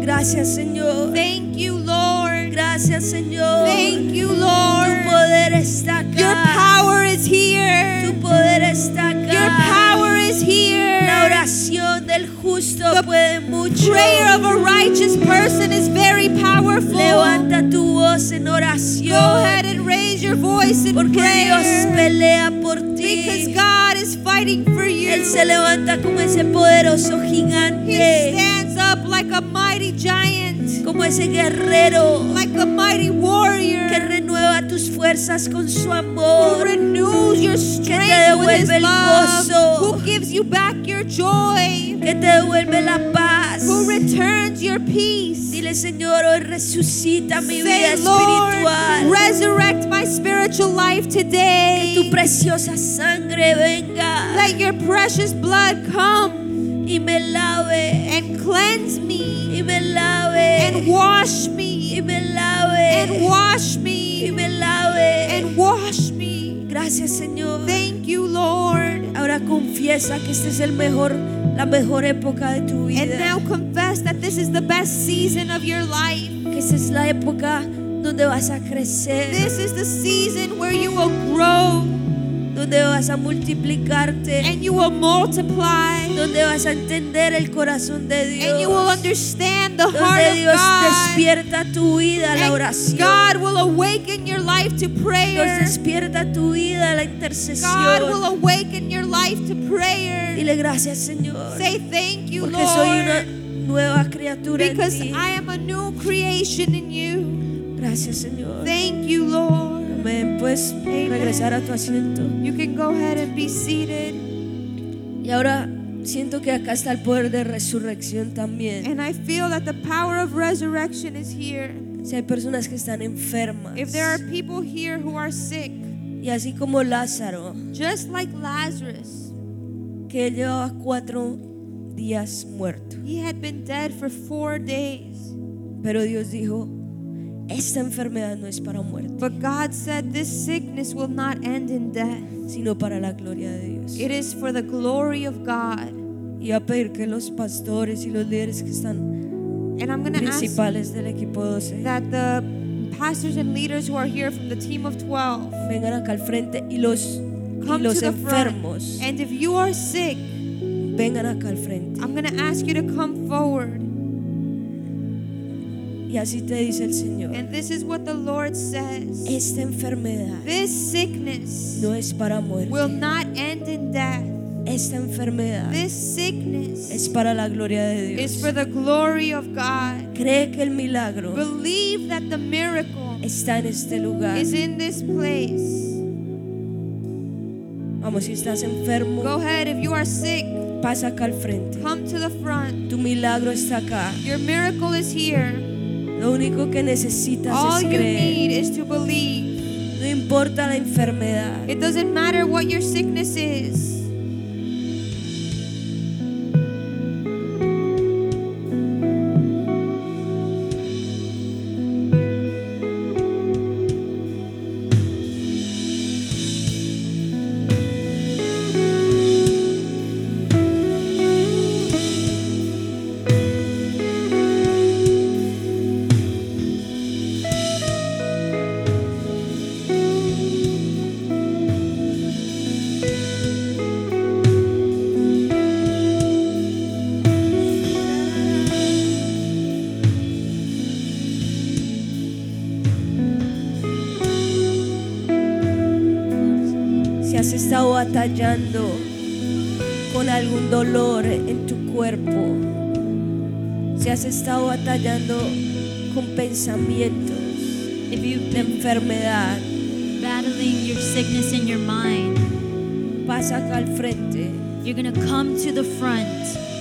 Speaker 1: Gracias, Señor.
Speaker 2: Thank you, Lord.
Speaker 1: Gracias, Señor.
Speaker 2: Thank you,
Speaker 1: Tu
Speaker 2: Lord.
Speaker 1: poder está
Speaker 2: Your
Speaker 1: acá.
Speaker 2: power is here.
Speaker 1: Tu poder está
Speaker 2: Your
Speaker 1: acá.
Speaker 2: power is
Speaker 1: La
Speaker 2: here.
Speaker 1: oración del justo
Speaker 2: The
Speaker 1: puede mucho.
Speaker 2: Prayer of a righteous person is very powerful.
Speaker 1: Levanta tu voz en
Speaker 2: Go
Speaker 1: oración.
Speaker 2: ahead and raise your voice in
Speaker 1: Porque Dios
Speaker 2: prayer
Speaker 1: pelea por
Speaker 2: because
Speaker 1: ti.
Speaker 2: God is fighting for
Speaker 1: Él
Speaker 2: you.
Speaker 1: se levanta como ese poderoso
Speaker 2: He
Speaker 1: gigante,
Speaker 2: stands up like a mighty giant,
Speaker 1: como ese guerrero
Speaker 2: like a mighty warrior
Speaker 1: que renueva tus fuerzas con su
Speaker 2: who
Speaker 1: amor,
Speaker 2: renews your strength with his
Speaker 1: devuelve el
Speaker 2: love,
Speaker 1: gozo.
Speaker 2: who gives you back your joy,
Speaker 1: que te devuelve la paz.
Speaker 2: who returns your peace.
Speaker 1: Dile, Señor, hoy resucita mi vida
Speaker 2: Say, Lord,
Speaker 1: espiritual.
Speaker 2: resurrect my spiritual life
Speaker 1: Tu
Speaker 2: today.
Speaker 1: preciosa sangre venga
Speaker 2: Let your precious blood come
Speaker 1: y me lave,
Speaker 2: and cleanse me
Speaker 1: y me
Speaker 2: and
Speaker 1: lave,
Speaker 2: wash
Speaker 1: y
Speaker 2: me
Speaker 1: me
Speaker 2: and
Speaker 1: lave,
Speaker 2: wash
Speaker 1: y
Speaker 2: me
Speaker 1: me lave.
Speaker 2: and wash me.
Speaker 1: Gracias, Señor.
Speaker 2: Thank you, Lord.
Speaker 1: Ahora confiesa que esta es el mejor, la mejor época de tu
Speaker 2: And now
Speaker 1: vida.
Speaker 2: confess that this is the best season of your life.
Speaker 1: Que esta es la época donde vas a crecer,
Speaker 2: This is the season where you will grow
Speaker 1: donde vas a multiplicarte,
Speaker 2: and you will multiply
Speaker 1: donde vas a entender el corazón de
Speaker 2: and you will
Speaker 1: Dios,
Speaker 2: understand the heart
Speaker 1: donde
Speaker 2: of
Speaker 1: Dios
Speaker 2: God.
Speaker 1: despierta tu vida a la
Speaker 2: And
Speaker 1: oración,
Speaker 2: God will awaken your life to
Speaker 1: Dios
Speaker 2: prayer.
Speaker 1: despierta tu vida a la
Speaker 2: God will
Speaker 1: intercesión.
Speaker 2: awaken your life to prayer.
Speaker 1: Dile gracias, Señor,
Speaker 2: Say thank you,
Speaker 1: porque soy una
Speaker 2: Lord,
Speaker 1: nueva criatura en
Speaker 2: because
Speaker 1: ti.
Speaker 2: I am a new creation in you.
Speaker 1: Gracias, Señor.
Speaker 2: Thank you, Lord.
Speaker 1: Amén. Puedes
Speaker 2: Amen.
Speaker 1: regresar a tu asiento.
Speaker 2: You can go ahead and be seated.
Speaker 1: Y ahora siento que acá está el poder de resurrección también.
Speaker 2: And I feel that the power of resurrection is here.
Speaker 1: Si hay personas que están enfermas.
Speaker 2: If there are people here who are sick,
Speaker 1: Y así como Lázaro,
Speaker 2: Just like Lazarus,
Speaker 1: que él llevaba cuatro días muerto.
Speaker 2: he had been dead for four days.
Speaker 1: Pero Dios dijo, esta enfermedad no es para muerte,
Speaker 2: But God said, This sickness will not end in death.
Speaker 1: sino para la gloria de Dios.
Speaker 2: It is for the glory of God.
Speaker 1: Y voy a pedir que los pastores y los líderes que están
Speaker 2: And I'm going to ask
Speaker 1: principales del equipo 12
Speaker 2: that the pastors and leaders who are here from the team of 12
Speaker 1: vengan acá al frente y los, y
Speaker 2: come
Speaker 1: los
Speaker 2: to the front.
Speaker 1: enfermos
Speaker 2: And if you are sick,
Speaker 1: vengan acá al frente.
Speaker 2: I'm going to ask you to come forward.
Speaker 1: Y así te dice el Señor,
Speaker 2: And this is what the Lord says
Speaker 1: esta enfermedad
Speaker 2: This sickness
Speaker 1: no es para
Speaker 2: will
Speaker 1: muerte.
Speaker 2: not end in death.
Speaker 1: Esta enfermedad
Speaker 2: This sickness
Speaker 1: es para la gloria de
Speaker 2: is
Speaker 1: Dios.
Speaker 2: for the glory of God.
Speaker 1: Cree que el milagro
Speaker 2: Believe that the miracle
Speaker 1: está en este lugar.
Speaker 2: is in this place.
Speaker 1: Vamos, si estás enfermo,
Speaker 2: Go ahead, if you are sick,
Speaker 1: pasa acá al frente.
Speaker 2: come to the front.
Speaker 1: Tu milagro está acá.
Speaker 2: Your miracle is here.
Speaker 1: Lo único que necesitas
Speaker 2: All
Speaker 1: es
Speaker 2: you
Speaker 1: creer.
Speaker 2: need is to believe.
Speaker 1: No importa la enfermedad.
Speaker 2: It doesn't matter what your sickness is.
Speaker 1: Si has estado batallando con algún dolor en tu cuerpo, si has estado batallando con pensamientos
Speaker 3: If you've
Speaker 1: de
Speaker 3: been
Speaker 1: enfermedad,
Speaker 3: battling your sickness in your mind,
Speaker 1: pasa acá al frente.
Speaker 3: you're going to come to the front.